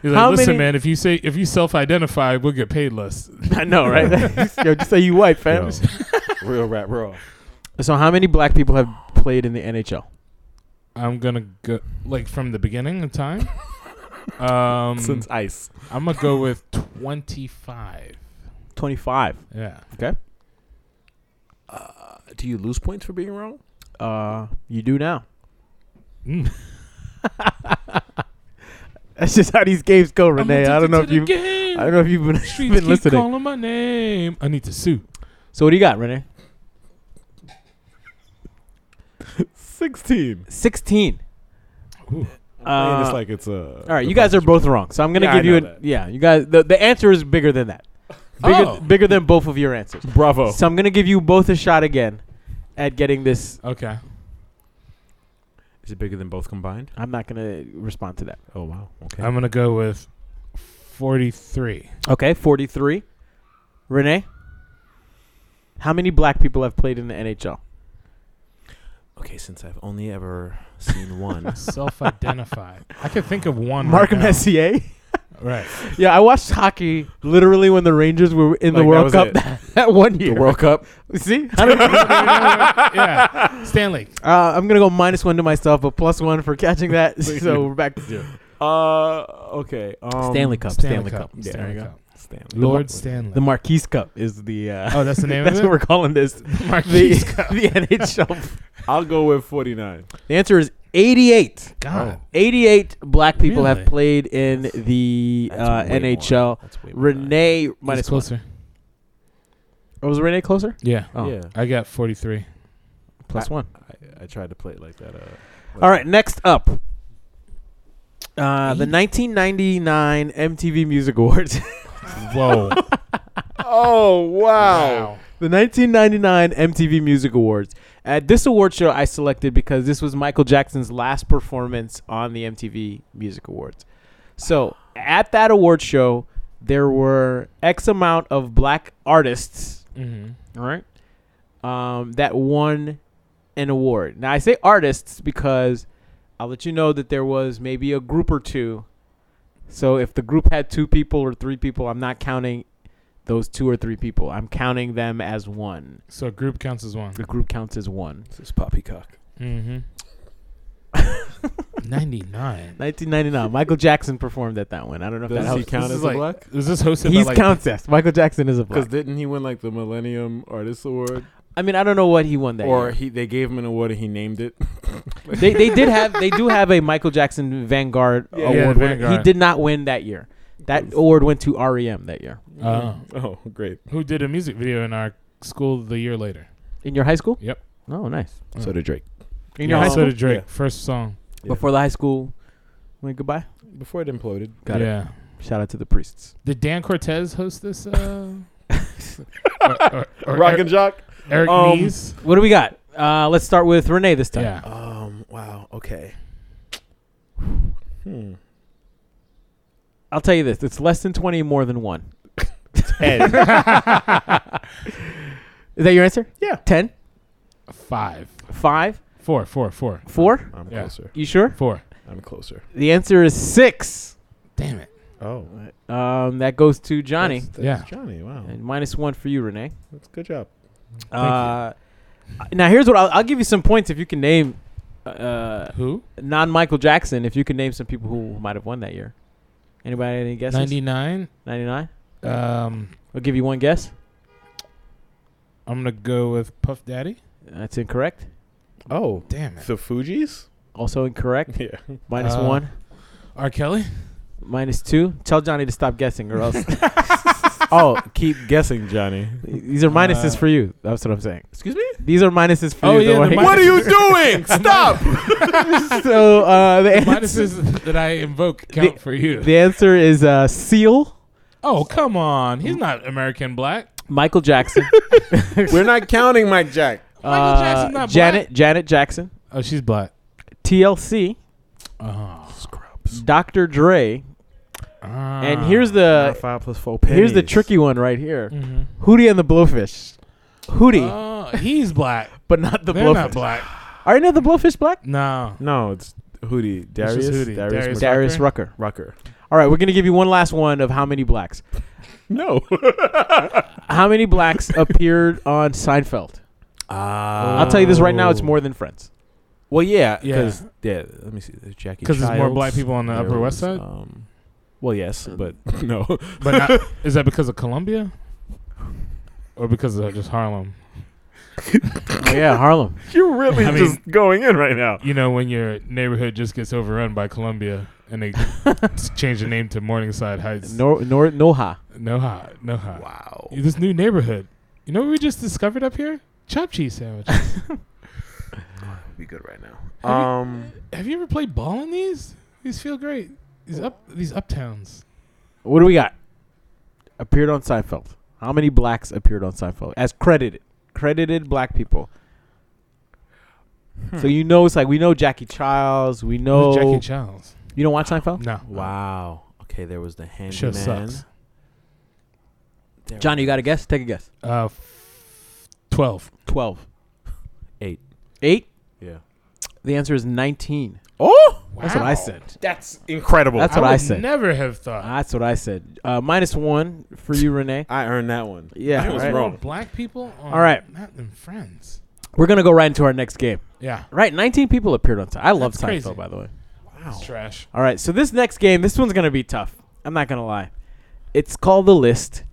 Speaker 2: He's like,
Speaker 1: How
Speaker 2: listen,
Speaker 1: many-
Speaker 2: man. If you say if you self-identify, we'll get paid less.
Speaker 1: I know, right? Yo, just say you white, fam.
Speaker 4: Yo. Real rap raw.
Speaker 1: So, how many black people have played in the NHL?
Speaker 2: I'm gonna go like from the beginning of time.
Speaker 1: Mm.
Speaker 2: Um,
Speaker 4: Since Ice.
Speaker 2: I'm gonna go with 25.
Speaker 1: 25.
Speaker 2: Yeah.
Speaker 4: Uh, do you lose points for being wrong?
Speaker 1: Uh, you do now.
Speaker 2: Mm.
Speaker 1: That's just how these games go, Renee.
Speaker 2: I'm
Speaker 1: I don't know if
Speaker 2: addicted
Speaker 1: you.
Speaker 2: to the
Speaker 1: I
Speaker 2: game.
Speaker 1: don't know if you've been,
Speaker 2: Streets
Speaker 1: been
Speaker 2: keep
Speaker 1: listening.
Speaker 2: calling my name. I need to sue.
Speaker 1: So what do you got, Renee?
Speaker 4: Sixteen.
Speaker 1: 16.
Speaker 4: Playing this
Speaker 1: Uh,
Speaker 4: like it's a.
Speaker 1: All right, you guys are both wrong. So I'm gonna
Speaker 4: Yeah, I
Speaker 1: give you
Speaker 4: know
Speaker 1: an
Speaker 4: that.
Speaker 1: yeah. You guys, the, the answer is bigger than that. Bigger,
Speaker 2: Oh.
Speaker 1: bigger than both of your answers.
Speaker 4: Bravo.
Speaker 1: So I'm gonna give you both a shot again at getting this.
Speaker 2: Okay.
Speaker 4: Is it bigger than both combined?
Speaker 1: I'm not gonna respond to that.
Speaker 4: Oh wow. Okay.
Speaker 2: I'm gonna go with forty-three.
Speaker 1: Okay, 43. Renee, how many black people have played in the NHL?
Speaker 4: okay. Since I've only ever seen one.
Speaker 2: Self-identified. I could think of one.
Speaker 1: Mark
Speaker 2: right now.
Speaker 1: Messier.
Speaker 2: Right.
Speaker 1: yeah, I watched hockey literally when the Rangers were in the
Speaker 4: Like, that
Speaker 1: World
Speaker 4: was
Speaker 1: Cup
Speaker 4: it.
Speaker 1: that, one year.
Speaker 4: the World Cup.
Speaker 1: See, I don't- uh,
Speaker 2: yeah. Stanley.
Speaker 1: I'm gonna go minus one to myself, but plus one for catching that. so we're back to zero.
Speaker 4: Uh. Okay. Um,
Speaker 1: Stanley Cup. Stanley, Cup.
Speaker 4: Yeah,
Speaker 2: Stanley
Speaker 1: there you go.
Speaker 2: Cup.
Speaker 4: Stanley.
Speaker 2: Lord Stanley.
Speaker 1: The Marquise Cup is the. Uh,
Speaker 2: oh, that's the name
Speaker 1: that's
Speaker 2: of
Speaker 1: what
Speaker 2: it.
Speaker 1: we're calling this. The,
Speaker 2: Marquise Cup.
Speaker 1: the NHL.
Speaker 4: I'll go with forty-nine.
Speaker 1: The answer is 88.
Speaker 2: God.
Speaker 1: 88 black people have
Speaker 2: Really?
Speaker 1: played in the
Speaker 4: That's
Speaker 1: uh,
Speaker 4: way more.
Speaker 1: NHL.
Speaker 4: That's way more than I-
Speaker 1: Renee
Speaker 2: He's
Speaker 1: minus
Speaker 2: closer.
Speaker 1: one. Oh, was Renee closer?
Speaker 2: Yeah.
Speaker 1: Oh,
Speaker 4: Yeah.
Speaker 2: I got forty-three.
Speaker 1: plus one.
Speaker 4: I, I tried to play it like that. Uh, like-
Speaker 1: All right, next up. Uh, the 1999 MTV Music Awards.
Speaker 2: Whoa.
Speaker 4: Oh wow.
Speaker 1: the 1999 MTV Music Awards. At this award show, I selected because this was Michael Jackson's last performance on the MTV Music Awards. So at that award show, there were X amount of black artists
Speaker 2: Mm-hmm.
Speaker 1: all right, um, that won an award. Now I say artists because I'll let you know that there was maybe a group or two. So if the group had two people or three people, I'm not counting those two or three people. I'm counting them as one.
Speaker 2: So group counts as one.
Speaker 1: The group counts as one.
Speaker 4: This is poppycock.
Speaker 2: Mm-hmm. Ninety-nine.
Speaker 1: 1999. Michael Jackson performed at that one. I don't know if
Speaker 4: Does
Speaker 1: that
Speaker 4: he
Speaker 1: helps.
Speaker 4: count
Speaker 2: This
Speaker 4: as
Speaker 2: is
Speaker 4: a
Speaker 2: like-
Speaker 4: black?
Speaker 2: Is this hosted
Speaker 1: He's
Speaker 2: by like
Speaker 1: counts as Michael Jackson is a
Speaker 4: Because
Speaker 1: black.
Speaker 4: didn't he win like the Millennium Artist Award,
Speaker 1: I mean, I don't know what he won that
Speaker 4: or
Speaker 1: year.
Speaker 4: he they gave him an award and he named it?
Speaker 1: they they did have they do have a Michael Jackson Vanguard
Speaker 4: Yeah,
Speaker 1: award.
Speaker 2: yeah,
Speaker 1: winner.
Speaker 2: Vanguard.
Speaker 1: He did not win that year. That
Speaker 4: Yes.
Speaker 1: award went to REM that year.
Speaker 2: Oh.
Speaker 4: oh, great.
Speaker 2: who did a music video in our school the year later?
Speaker 1: In your high school?
Speaker 2: Yep.
Speaker 1: Oh, nice.
Speaker 4: So did Drake.
Speaker 1: In
Speaker 4: your
Speaker 2: Yeah,
Speaker 4: high
Speaker 2: so
Speaker 4: school?
Speaker 2: did Drake.
Speaker 4: Yeah.
Speaker 2: First song.
Speaker 4: Yeah.
Speaker 1: Before the high school went goodbye.
Speaker 4: Before it imploded.
Speaker 1: Got it.
Speaker 2: yeah.
Speaker 1: Shout out to the priests.
Speaker 2: Did Dan Cortez host this? Uh, or, or, or
Speaker 4: Rock and
Speaker 2: Eric,
Speaker 4: Jock.
Speaker 2: Eric
Speaker 4: um,
Speaker 2: Nees?
Speaker 1: What do we got? Uh, let's start with Renee this time.
Speaker 2: Yeah.
Speaker 4: Um. Wow. Okay. Hmm.
Speaker 1: I'll tell you this: it's less than twenty, more than one.
Speaker 4: Ten.
Speaker 1: Is that your answer?
Speaker 4: Yeah.
Speaker 1: Ten,
Speaker 2: Five.
Speaker 1: five,
Speaker 2: Four. Four. Four.
Speaker 1: four.
Speaker 4: I'm
Speaker 2: Yeah.
Speaker 4: closer.
Speaker 1: You sure?
Speaker 2: Four.
Speaker 4: I'm closer.
Speaker 1: The answer is six.
Speaker 2: Damn it.
Speaker 4: Oh,
Speaker 1: Um, that goes to Johnny.
Speaker 4: That's,
Speaker 2: Yeah.
Speaker 4: that's Johnny. Wow.
Speaker 1: And minus one for you, Renee.
Speaker 4: That's good job.
Speaker 1: Uh, now here's what I'll, I'll give you some points if you can name uh,
Speaker 2: Who?
Speaker 1: non Michael Jackson. If you can name some people who might have won that year. Anybody any guesses?
Speaker 2: Ninety-nine.
Speaker 1: 99?
Speaker 2: Um,
Speaker 1: I'll give you one guess.
Speaker 2: I'm gonna go with Puff Daddy.
Speaker 1: That's incorrect.
Speaker 4: Oh,
Speaker 2: Damn it.
Speaker 4: the Fugees.
Speaker 1: Also incorrect.
Speaker 4: Yeah.
Speaker 1: Minus
Speaker 2: Uh,
Speaker 1: one.
Speaker 2: R. Kelly.
Speaker 1: Minus two. Tell Johnny to stop guessing, or else
Speaker 4: oh, keep guessing, Johnny.
Speaker 1: these are minuses for you. That's what I'm saying.
Speaker 4: Excuse me.
Speaker 1: These are minuses for
Speaker 2: Uh. Oh,
Speaker 1: you. the
Speaker 2: yeah,
Speaker 1: one-
Speaker 2: they're
Speaker 4: What are you doing? Stop.
Speaker 1: so uh, the, answer,
Speaker 2: Minuses that I invoke count for you.
Speaker 1: the answer is uh, Seal,
Speaker 2: oh come on, he's not American black.
Speaker 1: Michael Jackson,
Speaker 4: We're not counting Mike Jack.
Speaker 1: uh,
Speaker 2: Jackson's not
Speaker 1: Janet Janet Jackson,
Speaker 2: Oh, she's black.
Speaker 1: TLC,
Speaker 2: Oh.
Speaker 4: Scrubs.
Speaker 1: Dr. Dre, and here's
Speaker 2: Uh,
Speaker 1: the
Speaker 4: five plus four
Speaker 1: here's the tricky one right here.
Speaker 2: hmm
Speaker 1: Hootie and the Blowfish. Hootie,
Speaker 2: he's black.
Speaker 1: but not the
Speaker 2: Uh, They're
Speaker 1: Blowfish.
Speaker 2: not black.
Speaker 1: Are any of the Blowfish black?
Speaker 2: No.
Speaker 4: No, it's Hootie.
Speaker 2: It's
Speaker 4: Darius.
Speaker 2: just Hootie.
Speaker 4: Darius.
Speaker 2: Darius.
Speaker 4: Mc-
Speaker 1: Darius
Speaker 2: Rucker?
Speaker 1: Rucker.
Speaker 4: Rucker.
Speaker 1: All right, we're gonna give you one last one of how many blacks.
Speaker 4: No.
Speaker 1: How many blacks appeared on Seinfeld?
Speaker 4: Ah.
Speaker 1: I'll tell you this right
Speaker 2: Oh.
Speaker 1: now: it's more than Friends.
Speaker 4: Well, yeah,
Speaker 2: Yeah.
Speaker 4: because yeah. Let me see. There's Jackie.
Speaker 2: 'Cause there's more
Speaker 4: Childs.
Speaker 2: black people on the
Speaker 4: There
Speaker 2: Uh, Upper West
Speaker 4: was,
Speaker 1: uh,
Speaker 2: Side? Uh,
Speaker 4: Um, well, yes, but no.
Speaker 2: But not, is that because of Columbia? Or because of just Harlem?
Speaker 1: Oh, yeah, Harlem.
Speaker 4: You're really
Speaker 2: I mean- just
Speaker 4: going in right now.
Speaker 2: You know, when your neighborhood just gets overrun by Columbia and they s- change the name to Morningside Heights.
Speaker 1: Nor, nor, Noha.
Speaker 2: no hot. No hot.
Speaker 4: Wow.
Speaker 2: This new neighborhood. You know what we just discovered up here? Chopped cheese sandwiches.
Speaker 4: be good right now.
Speaker 2: Have you-
Speaker 4: Um,
Speaker 2: Have you ever played ball in these? These feel great. These up these uptowns.
Speaker 1: What do we got? Appeared on Seinfeld. How many blacks appeared on Seinfeld as credited? Credited black people. So you know, it's like we know Jackie Childs. We know
Speaker 2: Hmm. Who's Jackie Childs.
Speaker 1: you don't watch Seinfeld.
Speaker 2: No.
Speaker 4: wow. Okay, there was the
Speaker 2: The
Speaker 4: handyman.
Speaker 2: show sucks.
Speaker 4: There
Speaker 1: Johnny, you
Speaker 4: was
Speaker 1: got a guess? Take a guess.
Speaker 2: Uh, f- twelve.
Speaker 1: Twelve.
Speaker 4: Eight.
Speaker 1: Eight.
Speaker 4: Yeah.
Speaker 1: The answer is nineteen.
Speaker 4: Oh,
Speaker 1: That's what I
Speaker 2: Wow.
Speaker 1: said.
Speaker 4: that's incredible.
Speaker 1: That's what I
Speaker 2: would
Speaker 1: said.
Speaker 2: Never have thought.
Speaker 1: That's what I said. Uh, minus one for you, Renee.
Speaker 4: I earned that one.
Speaker 1: Yeah.
Speaker 4: I
Speaker 2: There
Speaker 4: was
Speaker 1: right?
Speaker 2: more
Speaker 4: wrong.
Speaker 2: Black people. On
Speaker 1: All right.
Speaker 2: Not in friends.
Speaker 1: We're gonna go right into our next game.
Speaker 2: Yeah.
Speaker 1: Right, 19 people appeared on Seinfeld. I love
Speaker 2: That's
Speaker 1: Seinfeld,
Speaker 2: crazy.
Speaker 1: by the way.
Speaker 4: Wow.
Speaker 2: It's trash.
Speaker 1: All right, so this next game, this one's gonna be tough. I'm not gonna lie. It's called the list,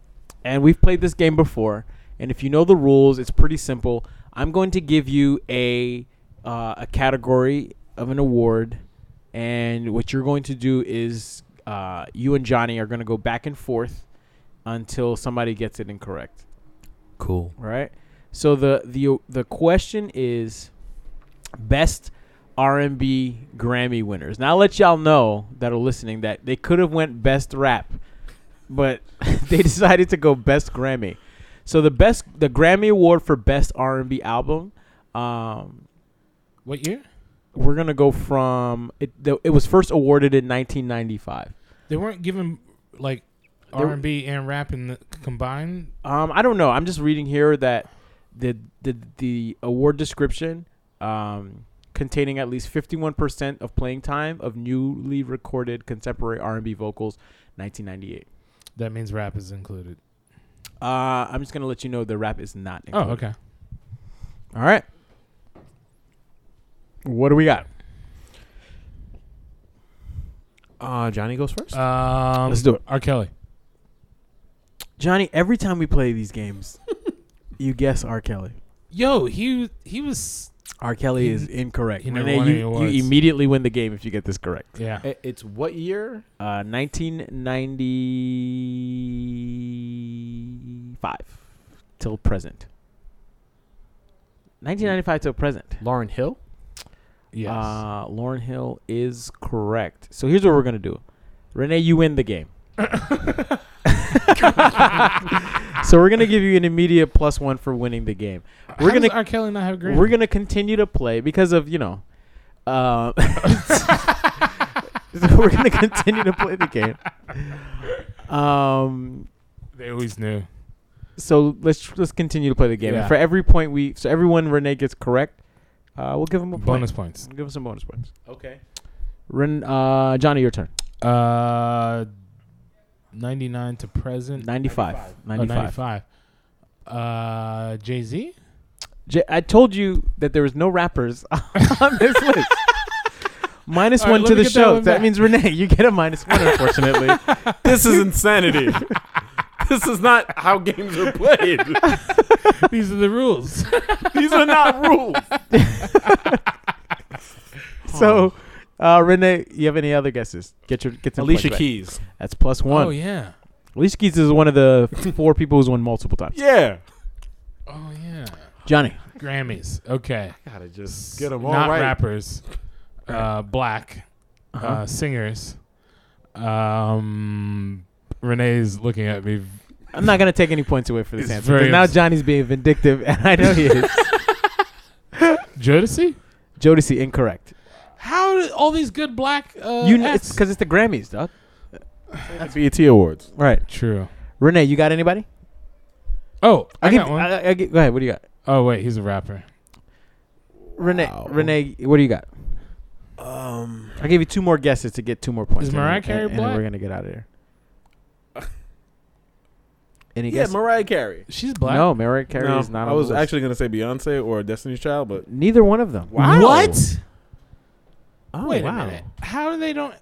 Speaker 1: and we've played this game before. And if you know the rules, it's pretty simple. I'm going to give you a uh, a category of an award, and what you're going to do is uh, you and Johnny are gonna go back and forth until somebody gets it incorrect.
Speaker 4: Cool.
Speaker 1: right? So the the the question is best R&B Grammy winners. Now I'll let y'all know that are listening that they could have went best rap, but they decided to go best Grammy. So the best the Grammy award for best R&B album um
Speaker 2: What year?
Speaker 1: we're going to go from it the, it was first awarded in 1995.
Speaker 2: They weren't given like
Speaker 1: There-
Speaker 2: R and B and rap in the combined.
Speaker 1: Um, I don't know. I'm just reading here that the the the award description um, containing at least 51% of playing time of newly recorded contemporary R&B vocals, 1998.
Speaker 2: That means rap is included.
Speaker 1: Uh, I'm just gonna let you know the rap is not.
Speaker 2: Oh,
Speaker 1: Included.
Speaker 2: okay.
Speaker 1: All right. What do we got?
Speaker 4: Uh, Johnny goes first.
Speaker 2: Um,
Speaker 1: Let's do it.
Speaker 2: R. Kelly.
Speaker 1: Johnny, every time we play these games, you guess R. Kelly.
Speaker 2: Yo, he he was.
Speaker 1: R. Kelly
Speaker 2: He-
Speaker 1: is incorrect.
Speaker 2: he never
Speaker 1: Renee,
Speaker 2: won any
Speaker 1: you,
Speaker 2: awards.
Speaker 1: you immediately win the game if you get this correct.
Speaker 2: Yeah.
Speaker 4: I- It's what year?
Speaker 1: Uh, 1995 till present. 1995 till present.
Speaker 4: Lauren Hill.
Speaker 2: Yes.
Speaker 1: Uh, Lauren Hill is correct. So here's what we're going to do Renee, you win the game. so we're going to give you an immediate plus one for winning the game.
Speaker 2: How
Speaker 1: We're going
Speaker 2: does
Speaker 1: to.
Speaker 2: R. Kelly not have a Grammy?
Speaker 1: We're gonna continue to play because of you know, uh, so we're gonna continue to play the game. Um,
Speaker 2: Uh, They always knew.
Speaker 1: So let's let's continue to play the game. And
Speaker 2: Yeah.
Speaker 1: for every point we, so everyone Renee gets correct, uh, we'll give him a
Speaker 2: Bonus
Speaker 1: Point.
Speaker 2: points.
Speaker 1: We'll give him some bonus points.
Speaker 4: Okay.
Speaker 1: Ren, uh, Johnny, your turn.
Speaker 2: Uh, ninety nine to present.
Speaker 1: 95.
Speaker 2: Oh,
Speaker 1: 95.
Speaker 2: 95. Uh, Jay Z.
Speaker 1: J- I told you that there was no rappers on this list. Minus
Speaker 2: All right,
Speaker 1: one
Speaker 2: let
Speaker 1: to
Speaker 2: me
Speaker 1: the
Speaker 2: get that
Speaker 1: show.
Speaker 2: one
Speaker 1: That,
Speaker 2: back.
Speaker 1: means Renee, you get a minus one, unfortunately.
Speaker 4: this is insanity. this is not how games are played.
Speaker 2: These are the rules.
Speaker 4: These are not rules.
Speaker 1: so, uh, Renee, you have any other guesses? Get your get some
Speaker 4: Alicia
Speaker 1: points back.
Speaker 4: Keys.
Speaker 1: That's plus one.
Speaker 2: Oh yeah.
Speaker 1: Alicia Keys is one of the four people who's won multiple times.
Speaker 4: Yeah.
Speaker 2: Oh yeah.
Speaker 1: Johnny,
Speaker 2: Grammys. Okay.
Speaker 4: Gotta
Speaker 2: S-
Speaker 4: just get them all
Speaker 2: Not
Speaker 4: right.
Speaker 2: rappers. Uh, black.
Speaker 1: Uh-huh.
Speaker 2: Uh, singers. Um, Renee's looking at me.
Speaker 1: I'm not gonna take any points away for this
Speaker 2: It's
Speaker 1: answer.
Speaker 2: very
Speaker 1: 'cause now
Speaker 2: ups-
Speaker 1: Johnny's being vindictive, and I know he is.
Speaker 2: Jodeci.
Speaker 1: Jodeci incorrect.
Speaker 2: How did all these good black? Uh,
Speaker 1: you know,
Speaker 2: acts-
Speaker 1: it's because it's the Grammys, dog.
Speaker 4: That's BET Awards.
Speaker 1: Right,
Speaker 2: True.
Speaker 1: Renee, you got anybody?
Speaker 2: Oh, I,
Speaker 1: give,
Speaker 2: got one.
Speaker 1: I, I give- go ahead. What do you got,
Speaker 2: oh wait, he's a rapper.
Speaker 1: Renee?
Speaker 4: Wow.
Speaker 1: Renee, what do you got?
Speaker 4: Um,
Speaker 1: I'll give you two more guesses to get two more points. and
Speaker 2: Mariah
Speaker 1: then-
Speaker 2: Carey
Speaker 1: and, and,
Speaker 2: black?
Speaker 1: we're gonna get out of here. Any
Speaker 4: yeah,
Speaker 1: guesses?
Speaker 4: Mariah Carey.
Speaker 2: She's black.
Speaker 1: No, Mariah Carey
Speaker 4: No,
Speaker 1: is not.
Speaker 4: I
Speaker 1: on
Speaker 4: was
Speaker 1: the list.
Speaker 4: actually gonna say Beyonce or Destiny's Child, but
Speaker 1: neither one of them.
Speaker 4: Wow.
Speaker 2: What?
Speaker 4: oh
Speaker 2: Wait a minute. How do they don't?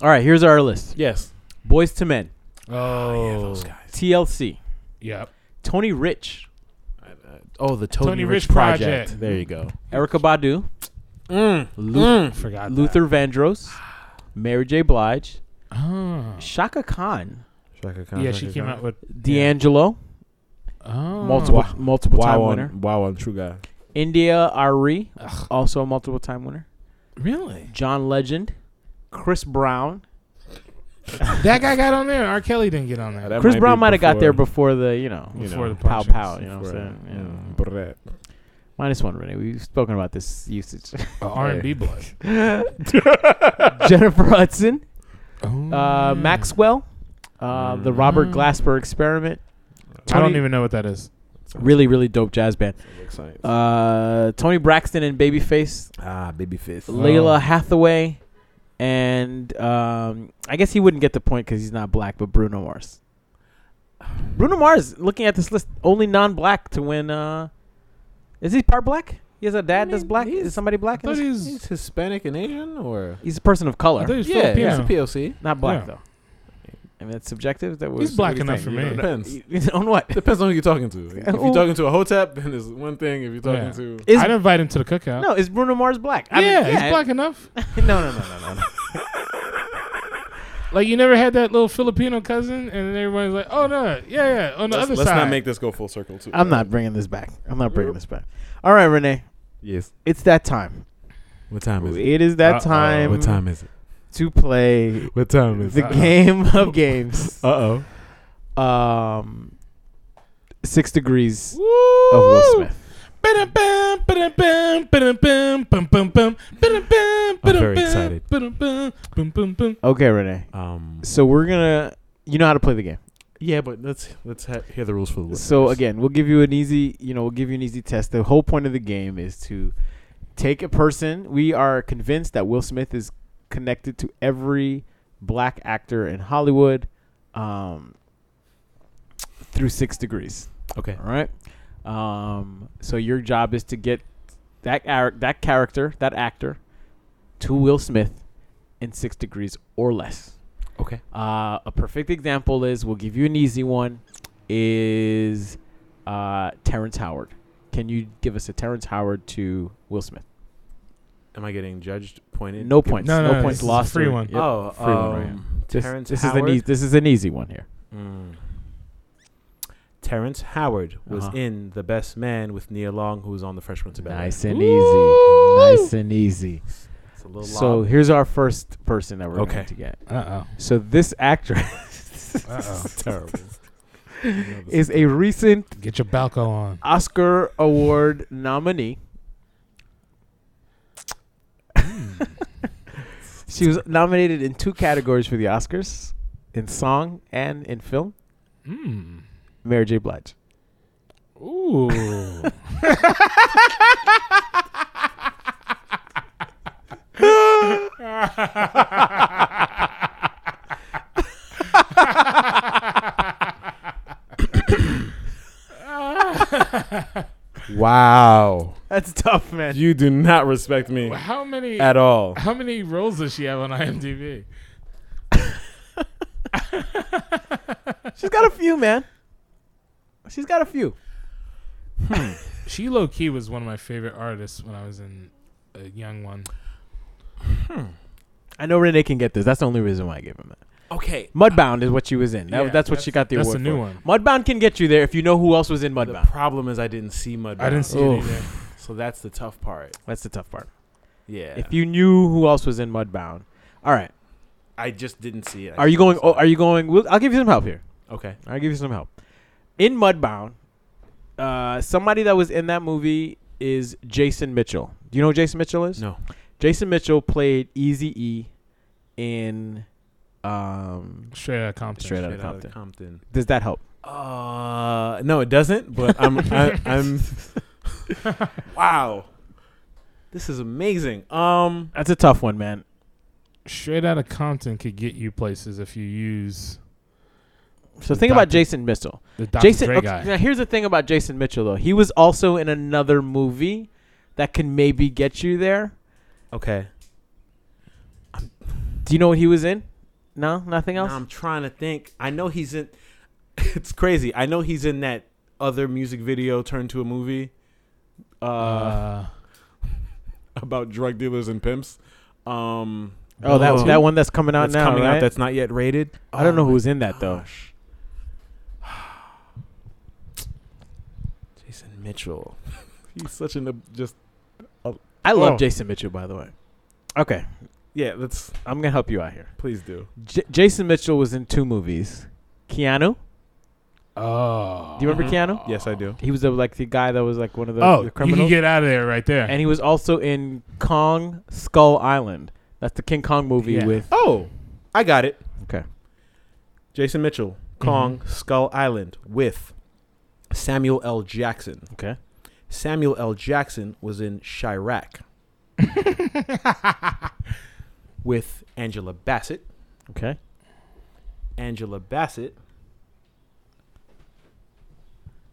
Speaker 1: All right, here's our list:
Speaker 4: Yes.
Speaker 1: Boys to Men,
Speaker 2: Oh, yeah,
Speaker 4: Those guys.
Speaker 1: TLC,
Speaker 2: Yep.
Speaker 1: Tony Rich,
Speaker 4: Oh, the
Speaker 2: Tony
Speaker 4: Tony,
Speaker 2: Tony Rich Rich Project. Project. Mm.
Speaker 4: There you go.
Speaker 1: Erica Badu, Lu-
Speaker 2: Forgot.
Speaker 1: Luther Vandross, Mary J. Blige,
Speaker 2: That. Oh.
Speaker 1: Shaka Khan,
Speaker 2: Yeah, she came out with
Speaker 1: D'Angelo,
Speaker 2: oh.
Speaker 1: multiple multiple time
Speaker 4: Wow
Speaker 1: winner,
Speaker 4: on, wow on True Guy.
Speaker 1: India Ari,
Speaker 2: Ugh.
Speaker 1: also a multiple time winner.
Speaker 2: Really?
Speaker 1: John Legend, Chris Brown.
Speaker 2: that guy got on there. R. Kelly didn't get on there.
Speaker 4: That
Speaker 1: Chris
Speaker 4: might
Speaker 1: Brown
Speaker 4: be
Speaker 1: might have got there
Speaker 4: before-
Speaker 1: before the you know
Speaker 4: you
Speaker 2: Before
Speaker 4: know,
Speaker 2: the
Speaker 1: pow
Speaker 2: punches.
Speaker 1: pow. You know what I'm
Speaker 4: Right.
Speaker 1: saying? Yeah.
Speaker 4: Mm, brat.
Speaker 1: Minus one, Renee. We've spoken about this usage.
Speaker 2: Uh, R&B blood.
Speaker 1: Jennifer Hudson,
Speaker 2: Oh,
Speaker 1: uh,
Speaker 2: yeah.
Speaker 1: Maxwell, uh, the Robert
Speaker 2: Mm.
Speaker 1: Glasper Experiment.
Speaker 2: I don't
Speaker 1: Tony-
Speaker 2: even know what that is.
Speaker 1: Really, really dope jazz band.
Speaker 4: Science.
Speaker 1: Uh, Tony Braxton and Babyface,
Speaker 4: ah, baby
Speaker 2: Oh.
Speaker 4: fist.
Speaker 1: Layla Hathaway, and um, I guess he wouldn't get the point because he's not black, but Bruno Mars. Bruno Mars, looking at this list, only non-black to win. Uh, is he part black? He has a dad that's
Speaker 4: mean,
Speaker 1: black.
Speaker 4: he's-
Speaker 1: Is somebody black?
Speaker 2: I
Speaker 1: in
Speaker 2: thought
Speaker 1: this?
Speaker 2: he was,
Speaker 4: He's Hispanic and Asian, or
Speaker 1: He's a person of
Speaker 2: I
Speaker 1: color.
Speaker 2: thought he was
Speaker 4: yeah,
Speaker 2: Filipino.
Speaker 4: he's a POC.
Speaker 1: Not black
Speaker 2: Yeah.
Speaker 1: though. I mean, that's subjective. That was
Speaker 2: He's black
Speaker 1: what do you
Speaker 2: enough
Speaker 1: think?
Speaker 2: for me.
Speaker 4: Depends.
Speaker 1: You- on what?
Speaker 4: Depends on who you're talking to. If
Speaker 1: Oh.
Speaker 4: you're talking to a hotep, then it's one thing. If you're talking
Speaker 2: Yeah.
Speaker 4: to
Speaker 1: Is
Speaker 2: I'd invite him to the cookout.
Speaker 1: no? Is Bruno Mars black?
Speaker 2: yeah, he's black enough.
Speaker 1: black. no, no, no, no, no, no.
Speaker 2: Like you never had that little Filipino cousin, and then everybody's like, "Oh no, yeah, yeah." On the
Speaker 4: let's,
Speaker 2: other
Speaker 4: let's
Speaker 2: side,
Speaker 4: not make this go full circle too.
Speaker 1: I'm not bringing this back. I'm not bringing this back. All right, Renee.
Speaker 4: Yes.
Speaker 1: It's that time.
Speaker 4: What time is it?
Speaker 1: It is that
Speaker 2: Uh-oh.
Speaker 1: time.
Speaker 4: What time is it?
Speaker 1: to play
Speaker 4: What time is
Speaker 1: the
Speaker 2: Uh-oh.
Speaker 1: game of games?
Speaker 4: it? Uh oh.
Speaker 1: Um, six degrees
Speaker 2: Woo!
Speaker 1: of Will Smith.
Speaker 2: Ba-dum-bum, ba-dum-bum, ba-dum-bum, bum-bum-bum, ba-dum-bum,
Speaker 4: I'm very
Speaker 2: ba-dum-bum,
Speaker 4: excited.
Speaker 2: ba-dum-bum, bum-bum-bum.
Speaker 1: Okay, Renee.
Speaker 4: Um.
Speaker 1: So we're gonna. You know how to play the game.
Speaker 4: Yeah, but let's let's ha- hear the rules for the listeners.
Speaker 1: So again, we'll give you an easy, you know, we'll give you an easy test. The whole point of the game is to take a person. We are convinced that Will Smith is connected to every black actor in Hollywood um, through six degrees.
Speaker 4: okay.
Speaker 1: All right. Um, so your job is to get that ar- that character, that actor, to Will Smith in six degrees or less.
Speaker 4: Okay.
Speaker 1: Uh, a perfect example is we'll give you an easy one is uh, Terrence Howard. Can you give us a Terrence Howard to Will Smith?
Speaker 4: Am I getting judged? Pointed?
Speaker 1: No points.
Speaker 2: No,
Speaker 1: No,
Speaker 2: no, this
Speaker 1: points
Speaker 2: is a
Speaker 1: lost.
Speaker 2: free
Speaker 1: or-
Speaker 2: one.
Speaker 1: Yep.
Speaker 4: Oh,
Speaker 1: free one right
Speaker 4: um,
Speaker 1: This,
Speaker 4: Terrence
Speaker 1: this
Speaker 4: Howard.
Speaker 1: is an easy. This is an easy one here.
Speaker 4: Mm. Terrence Howard was
Speaker 1: Uh-huh.
Speaker 4: in The Best Man with Nia Long, who was on The Fresh Prince of Bel Air.
Speaker 1: Nice and easy. Nice and easy.
Speaker 4: It's a little
Speaker 1: So
Speaker 4: lob.
Speaker 1: here's our first person that we're
Speaker 4: Okay.
Speaker 1: going to get.
Speaker 2: Uh-oh.
Speaker 1: So this actor
Speaker 2: Uh-oh.
Speaker 4: terrible.
Speaker 1: is a recent
Speaker 2: Get your Balco on.
Speaker 1: Oscar Award nominee. she was nominated in two categories for the Oscars in song and in film.
Speaker 2: Mm.
Speaker 1: Mary J. Blige.
Speaker 2: Ooh.
Speaker 4: wow,
Speaker 1: That's tough, man.
Speaker 4: you do not respect me
Speaker 2: How many
Speaker 4: at all.
Speaker 2: how many roles does she have on IMDb?
Speaker 1: She's got a few, man. She's got a few.
Speaker 2: She low key was one of my favorite artists when I was in a young one.
Speaker 1: I know Renee can get this. That's the only reason why I gave him that.
Speaker 4: Okay,
Speaker 1: Mudbound is what she was in. That,
Speaker 2: Yeah,
Speaker 1: that's what she got the
Speaker 2: that's
Speaker 1: award
Speaker 2: a new
Speaker 1: for.
Speaker 2: one.
Speaker 1: Mudbound can get you there if you know who else was in
Speaker 4: the
Speaker 1: Mudbound.
Speaker 4: problem is I didn't see Mudbound.
Speaker 2: I didn't see
Speaker 1: Oof.
Speaker 2: it either.
Speaker 4: so that's the tough part.
Speaker 1: That's the tough part.
Speaker 4: Yeah,
Speaker 1: If you knew who else was in Mudbound. All right.
Speaker 4: I just didn't see it. I
Speaker 1: Are you
Speaker 4: just
Speaker 1: going?
Speaker 4: saw
Speaker 1: Oh,
Speaker 4: it.
Speaker 1: are you going? We'll, I'll give you some help here.
Speaker 4: okay?
Speaker 1: I'll give you some help. In Mudbound, uh, somebody that was in that movie is Jason Mitchell. Do you know who Jason Mitchell is?
Speaker 4: No.
Speaker 1: Jason Mitchell played Easy E in. Um,
Speaker 2: Straight out of Compton.
Speaker 1: Straight Outta
Speaker 4: Straight Outta
Speaker 1: Compton.
Speaker 4: Compton.
Speaker 1: does that help?
Speaker 4: Uh, no, it doesn't. But I'm, I, I'm. wow, this is amazing. Um,
Speaker 1: That's a tough one, man.
Speaker 2: Straight out of Compton could get you places if you use
Speaker 1: So
Speaker 2: The
Speaker 1: think about
Speaker 2: Dr.
Speaker 1: Jason Mitchell.
Speaker 2: the Dr.
Speaker 1: Jason.
Speaker 2: Dre
Speaker 1: okay,
Speaker 2: guy.
Speaker 1: Now here's the thing about Jason Mitchell though. He was also in another movie that can maybe get you there.
Speaker 4: okay.
Speaker 1: Do you know what he was in? No, nothing else.
Speaker 4: Now I'm trying to think. I know he's in. It's crazy. I know he's in that other music video turned to a movie uh,
Speaker 2: Uh,
Speaker 4: about drug dealers and pimps. Um,
Speaker 1: oh, that
Speaker 2: Bolo.
Speaker 1: that one that's coming out
Speaker 4: that's
Speaker 1: now,
Speaker 4: coming
Speaker 1: right?
Speaker 4: out. That's not yet rated. Oh
Speaker 1: I don't know who
Speaker 4: who's
Speaker 1: was in that though.
Speaker 4: Jason Mitchell. He's such an ob- just
Speaker 1: I love
Speaker 4: Oh.
Speaker 1: Jason Mitchell, by the way. Okay,
Speaker 4: yeah. Let's
Speaker 1: I'm gonna help you out here.
Speaker 4: please do.
Speaker 1: J- Jason Mitchell was in two movies. Keanu,
Speaker 2: Oh.
Speaker 1: do you remember Keanu?
Speaker 4: Yes, I do.
Speaker 1: He was the, like the guy that was like one of the,
Speaker 2: oh,
Speaker 1: the
Speaker 2: you
Speaker 1: criminals,
Speaker 2: can get out of there right there.
Speaker 1: and he was also in Kong Skull Island. That's the King Kong movie
Speaker 2: Yeah.
Speaker 1: with
Speaker 4: Oh, I got it.
Speaker 1: Okay. Mm-hmm.
Speaker 4: Jason Mitchell, Kong, Skull Island with Samuel L. Jackson.
Speaker 1: okay.
Speaker 4: Samuel L. Jackson was in Chirac with Angela Bassett.
Speaker 1: Okay.
Speaker 4: Angela Bassett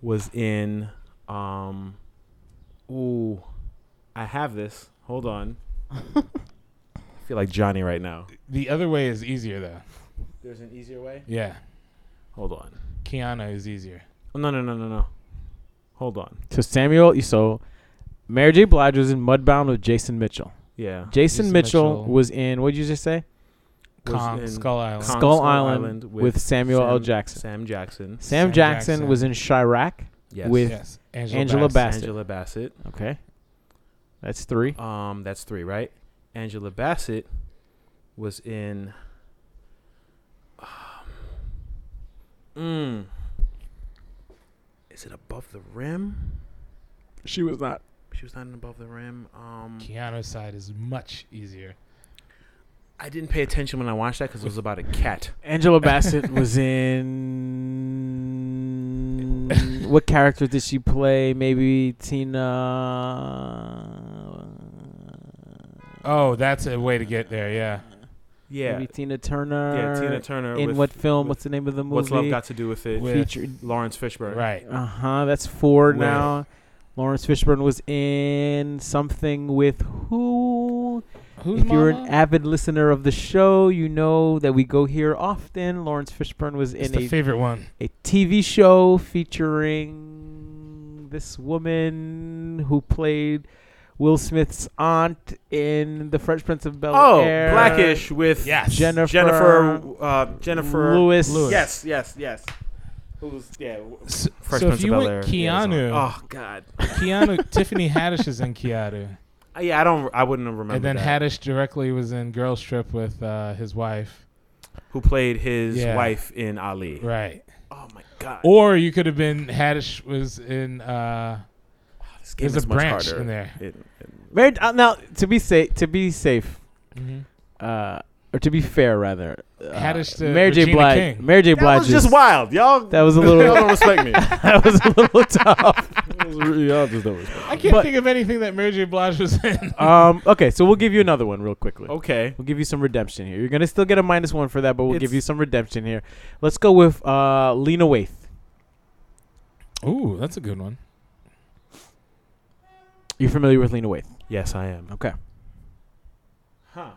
Speaker 4: was in um ooh I have this. Hold on. I feel like Johnny right now.
Speaker 2: the other way is easier though.
Speaker 4: There's an easier way.
Speaker 2: Yeah,
Speaker 4: Hold on.
Speaker 2: Keanu is easier.
Speaker 4: Oh, no, no, no, no, no. Hold on.
Speaker 1: So Samuel, so Mary J. Blige was in Mudbound with Jason Mitchell.
Speaker 4: Yeah.
Speaker 1: Jason,
Speaker 2: Jason
Speaker 1: Mitchell,
Speaker 2: Mitchell.
Speaker 1: was in what did you just say?
Speaker 4: Was
Speaker 2: Kong,
Speaker 4: in
Speaker 2: Skull Island.
Speaker 4: Kong,
Speaker 1: Skull Island with Samuel L.
Speaker 4: Sam-
Speaker 1: Jackson.
Speaker 4: Sam Jackson.
Speaker 1: Sam,
Speaker 2: Sam
Speaker 1: Jackson,
Speaker 2: Jackson.
Speaker 1: was in Chirac.
Speaker 4: Yes.
Speaker 1: with
Speaker 2: yes,
Speaker 1: Angela Bassett.
Speaker 4: Angela Bassett.
Speaker 1: Okay. That's three.
Speaker 4: Um, that's three, right? Angela Bassett was in. Um, mm, is it above the rim?
Speaker 1: She was not.
Speaker 4: She was not in above the rim. Um,
Speaker 2: Keanu's side is much easier.
Speaker 4: I didn't pay attention when I watched that because it was about a cat.
Speaker 1: Angela Bassett was in. what character did she play? Maybe Tina.
Speaker 2: Oh, that's a way to get there. Yeah,
Speaker 4: Yeah,
Speaker 1: Maybe Tina Turner.
Speaker 4: yeah. Tina Turner.
Speaker 1: In
Speaker 4: with
Speaker 1: what film?
Speaker 4: with
Speaker 1: What's the name of the movie?
Speaker 4: What's Love Got to Do with It?
Speaker 2: With-
Speaker 1: Featured.
Speaker 4: Lawrence Fishburne.
Speaker 2: right.
Speaker 1: Uh huh. That's four
Speaker 4: With-
Speaker 1: now. Lawrence Fishburne was in something with who?
Speaker 2: Who's
Speaker 1: if you're an
Speaker 2: mama?
Speaker 1: avid listener of the show, you know that we go here often. Lawrence Fishburne was
Speaker 2: It's
Speaker 1: in
Speaker 2: the
Speaker 1: a,
Speaker 2: favorite one.
Speaker 1: a TV show featuring this woman who played Will Smith's aunt in The Fresh Prince of Bel
Speaker 4: Oh,
Speaker 1: Air.
Speaker 4: Blackish with
Speaker 2: Yes.
Speaker 1: Jennifer.
Speaker 4: Jennifer. Uh, Jennifer.
Speaker 1: Lewis.
Speaker 4: Yes, yes, yes. Who's yeah? w-
Speaker 2: So,
Speaker 4: Fresh
Speaker 2: so if
Speaker 4: Prince of
Speaker 2: you
Speaker 4: Bel-Air,
Speaker 2: went
Speaker 4: yeah, it's on.
Speaker 2: Keanu,
Speaker 1: Ah.
Speaker 4: Oh God.
Speaker 2: Keanu, Tiffany Haddish is in Keanu,
Speaker 4: Uh, Yeah, I don't. I wouldn't remember.
Speaker 2: and then
Speaker 4: that.
Speaker 2: Haddish directly was in Girls Trip with uh, his wife.
Speaker 4: who played his
Speaker 2: Yeah.
Speaker 4: wife in Ali?
Speaker 2: Right.
Speaker 4: Oh my God.
Speaker 2: Or you could have been Haddish was in. Uh,
Speaker 4: Oh, this game
Speaker 2: there's
Speaker 4: is
Speaker 2: a
Speaker 4: much
Speaker 2: branch
Speaker 4: harder.
Speaker 2: in there.
Speaker 4: It- it-
Speaker 1: Married, uh, now, to be safe, to be safe,
Speaker 2: Mm-hmm.
Speaker 1: uh, or to be fair, rather, uh,
Speaker 2: Haddish to
Speaker 1: Mary J.
Speaker 2: Regina
Speaker 1: Blige.
Speaker 2: King.
Speaker 1: Mary J.
Speaker 4: that was
Speaker 1: Blige.
Speaker 4: just wild, y'all.
Speaker 1: That was a
Speaker 4: Y'all
Speaker 1: little.
Speaker 4: don't respect me.
Speaker 1: that was a little tough.
Speaker 4: That was re- y'all just don't respect.
Speaker 2: I can't
Speaker 1: But-
Speaker 2: think of anything that Mary J. Blige was in.
Speaker 1: Um, okay, so we'll give you another one real quickly.
Speaker 4: me. Okay.
Speaker 1: We'll give you some redemption here. You're gonna still get a minus one for that, but we'll give
Speaker 4: It's-
Speaker 1: you some redemption here. Let's go with uh, Lena Waithe.
Speaker 2: Ooh, that's a good one.
Speaker 1: You're familiar with Lena Waithe?
Speaker 4: Yes, I am.
Speaker 1: Okay.
Speaker 4: Huh.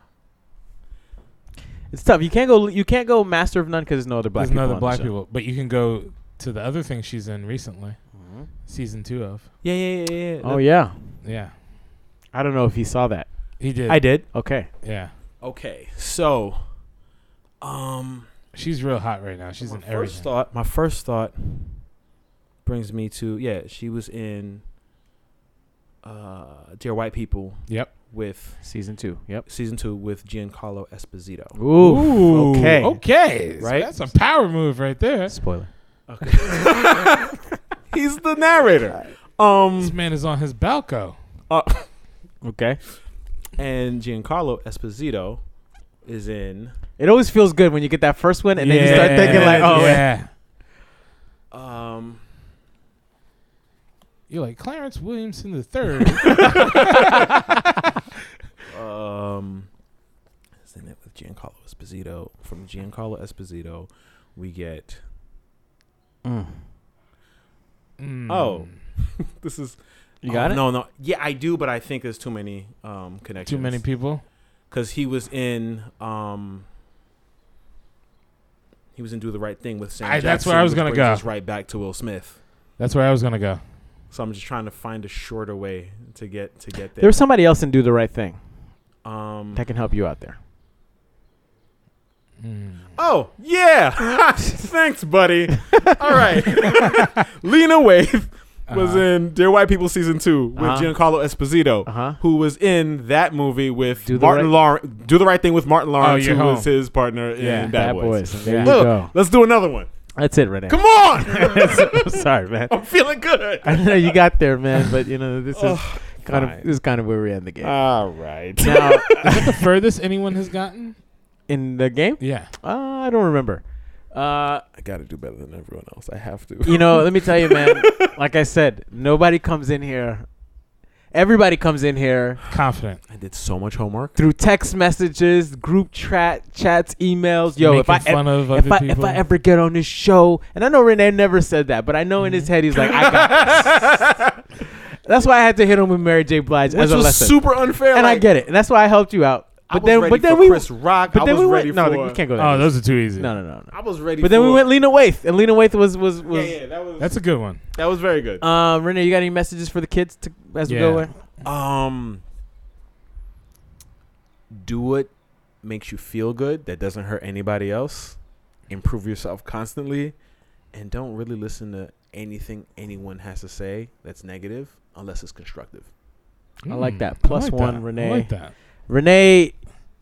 Speaker 1: It's tough. You can't go. You can't go Master of None because there's no other black
Speaker 2: There's
Speaker 1: people.
Speaker 2: another
Speaker 1: on
Speaker 2: black
Speaker 1: the show.
Speaker 2: people, but you can go to the other thing she's in recently, season two of.
Speaker 4: Yeah, yeah, yeah, yeah.
Speaker 1: Mm-hmm. Oh yeah.
Speaker 2: Yeah,
Speaker 1: I don't know if you saw that.
Speaker 2: he did.
Speaker 4: I did.
Speaker 1: Okay.
Speaker 2: yeah,
Speaker 4: Okay. So, um.
Speaker 2: she's real hot right now. She's
Speaker 4: my
Speaker 2: in
Speaker 4: first
Speaker 2: everything.
Speaker 4: thought. My first thought brings me to yeah, she was in uh, Dear White People
Speaker 2: Yep.
Speaker 4: with
Speaker 1: Season two. Yep.
Speaker 4: season two with Giancarlo Esposito.
Speaker 1: Ooh. Okay.
Speaker 2: Okay. Right.
Speaker 4: Right?
Speaker 2: That's a power move right there.
Speaker 1: Spoiler.
Speaker 4: He's the narrator. Um,
Speaker 2: This man is on his balco.
Speaker 1: Okay.
Speaker 4: and Giancarlo Esposito is in
Speaker 1: It always feels good when you get that first one, and then you start thinking like,
Speaker 2: Yeah.
Speaker 1: oh, wait.
Speaker 2: yeah.
Speaker 4: um.
Speaker 2: You're like Clarence Williamson the third.
Speaker 4: Um, is in it with Giancarlo Esposito. From Giancarlo Esposito, we get
Speaker 1: Mm.
Speaker 2: Mm.
Speaker 4: Oh. this is
Speaker 1: You
Speaker 4: Oh,
Speaker 1: got it.
Speaker 4: No, no. Yeah, I do, but I think there's too many um, connections.
Speaker 2: Too many people.
Speaker 4: Because he was in. Um, he was in Do the Right Thing with Sam.
Speaker 2: I- that's
Speaker 4: Jackson,
Speaker 2: where I was
Speaker 4: which
Speaker 2: gonna
Speaker 4: brings
Speaker 2: go.
Speaker 4: us right back to Will Smith.
Speaker 2: That's where I was gonna go.
Speaker 4: So I'm just trying to find a shorter way to get to get there.
Speaker 1: There's somebody else and do the right thing
Speaker 4: um,
Speaker 1: that can help you out there.
Speaker 2: Mm.
Speaker 4: oh yeah, thanks, buddy. All right, Lena Waithe was
Speaker 2: Uh,
Speaker 4: in Dear White People season two with
Speaker 1: Uh-huh.
Speaker 4: Giancarlo Esposito,
Speaker 1: Uh huh.
Speaker 4: who was in that movie with
Speaker 1: Do the
Speaker 4: Martin
Speaker 1: Right-
Speaker 4: Lawrence. Do the right thing with Martin Lawrence,
Speaker 2: You're
Speaker 4: who was
Speaker 2: Home.
Speaker 4: his partner
Speaker 2: Yeah,
Speaker 4: in
Speaker 1: Bad
Speaker 4: Bad, Boys.
Speaker 1: boys. There you
Speaker 4: Look,
Speaker 1: go.
Speaker 4: let's do another one.
Speaker 1: That's it, Renee.
Speaker 4: Come on,
Speaker 1: I'm sorry, man.
Speaker 4: I'm feeling good.
Speaker 1: I know you got there, man, but you know this is
Speaker 2: Oh,
Speaker 4: Ugh,
Speaker 1: kind of
Speaker 4: fine.
Speaker 1: this is kind of where we end the game.
Speaker 2: Uh,
Speaker 4: All right.
Speaker 1: now,
Speaker 2: Is that the furthest anyone has gotten?
Speaker 1: in the game,
Speaker 2: Yeah.
Speaker 1: uh, I don't remember. Uh,
Speaker 4: I got to do better than everyone else. I have to.
Speaker 1: you know, let me tell you, man. Like I said, nobody comes in here. Everybody comes in here
Speaker 2: Confident.
Speaker 4: I did so much homework.
Speaker 1: through text messages, group chat, chats, emails. Yo, if I, e-,
Speaker 2: Making fun
Speaker 1: if
Speaker 2: of other
Speaker 1: I if
Speaker 2: people.
Speaker 1: I ever get on this show, and I know Renee never said that, but I know in his
Speaker 2: Mm-hmm.
Speaker 1: head he's like, I got. this." that's why I had to hit him with Mary J. Blige
Speaker 4: Which
Speaker 1: as a
Speaker 4: was
Speaker 1: lesson,
Speaker 4: super unfair.
Speaker 1: and I
Speaker 4: like,
Speaker 1: get it, and that's why I helped you out.
Speaker 4: I
Speaker 1: But
Speaker 4: was
Speaker 1: then,
Speaker 4: ready
Speaker 1: but then
Speaker 4: for
Speaker 1: we,
Speaker 4: Chris Rock.
Speaker 1: but
Speaker 4: I
Speaker 1: then
Speaker 4: was
Speaker 1: we
Speaker 4: ready
Speaker 1: went. No,
Speaker 4: for.
Speaker 1: we can't go there.
Speaker 2: oh, those are too easy.
Speaker 1: no, no, no, no.
Speaker 4: I was ready.
Speaker 1: But then we
Speaker 4: for-
Speaker 1: went Lena Waithe, and Lena Waithe was was
Speaker 4: Yeah,
Speaker 1: was.
Speaker 4: yeah, that was
Speaker 2: That's a good one.
Speaker 4: that was very good.
Speaker 1: Um, Renee, you got any messages for the kids to, as we go
Speaker 2: Yeah.
Speaker 1: away?
Speaker 4: Um, do what makes you feel good that doesn't hurt anybody else. Improve yourself constantly, and don't really listen to anything anyone has to say that's negative unless it's constructive.
Speaker 1: I like
Speaker 2: Mm,
Speaker 1: that. Plus
Speaker 2: I like
Speaker 1: one,
Speaker 2: that.
Speaker 1: Renee.
Speaker 2: I like that.
Speaker 1: Renee,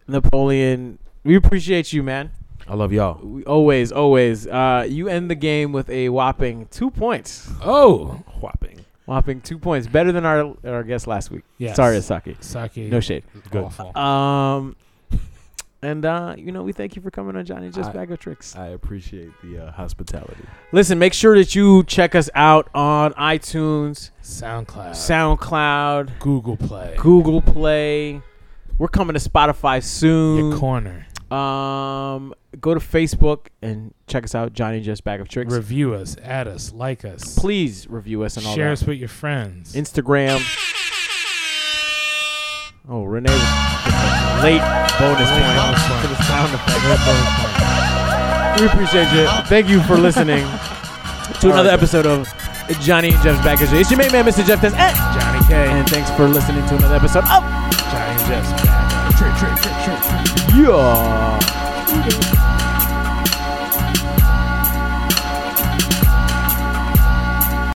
Speaker 1: Napoleon, we appreciate you, man.
Speaker 4: I love y'all.
Speaker 1: We always, always. Uh, you end the game with a whopping two points.
Speaker 2: Oh,
Speaker 4: Whopping.
Speaker 1: Whopping two points, better than our our guest last week.
Speaker 2: yes.
Speaker 1: Sorry, Asaki.
Speaker 2: Sake.
Speaker 1: No shade.
Speaker 4: Good.
Speaker 2: Awful.
Speaker 1: Um, and uh, you know we thank you for coming on Johnny Just
Speaker 4: I-
Speaker 1: Bag of Tricks.
Speaker 4: I appreciate the uh, hospitality.
Speaker 1: Listen, make sure that you check us out on iTunes,
Speaker 2: SoundCloud.
Speaker 1: SoundCloud,
Speaker 2: Google Play.
Speaker 1: Google Play. We're coming to Spotify soon.
Speaker 2: Your corner.
Speaker 1: Um, go to Facebook and check us out, Johnny Just Bag of Tricks.
Speaker 2: Review us. Add us. Like us.
Speaker 1: Please review us and all
Speaker 2: Share
Speaker 1: that.
Speaker 2: us with your friends.
Speaker 1: Instagram. Oh, Renee was late bonus point
Speaker 2: Bonus point.
Speaker 1: to the sound effect.
Speaker 2: Red Bull Corner.
Speaker 1: We appreciate you. Thank you for listening to another episode of Johnny and Jeff's Back Issue. It's your main man, Mr. Jeff Tess, and-
Speaker 2: Johnny K.
Speaker 1: and thanks for listening to another episode of
Speaker 2: Johnny Jeff's back. Trick, trick, trick, trick, trick.
Speaker 1: Yeah.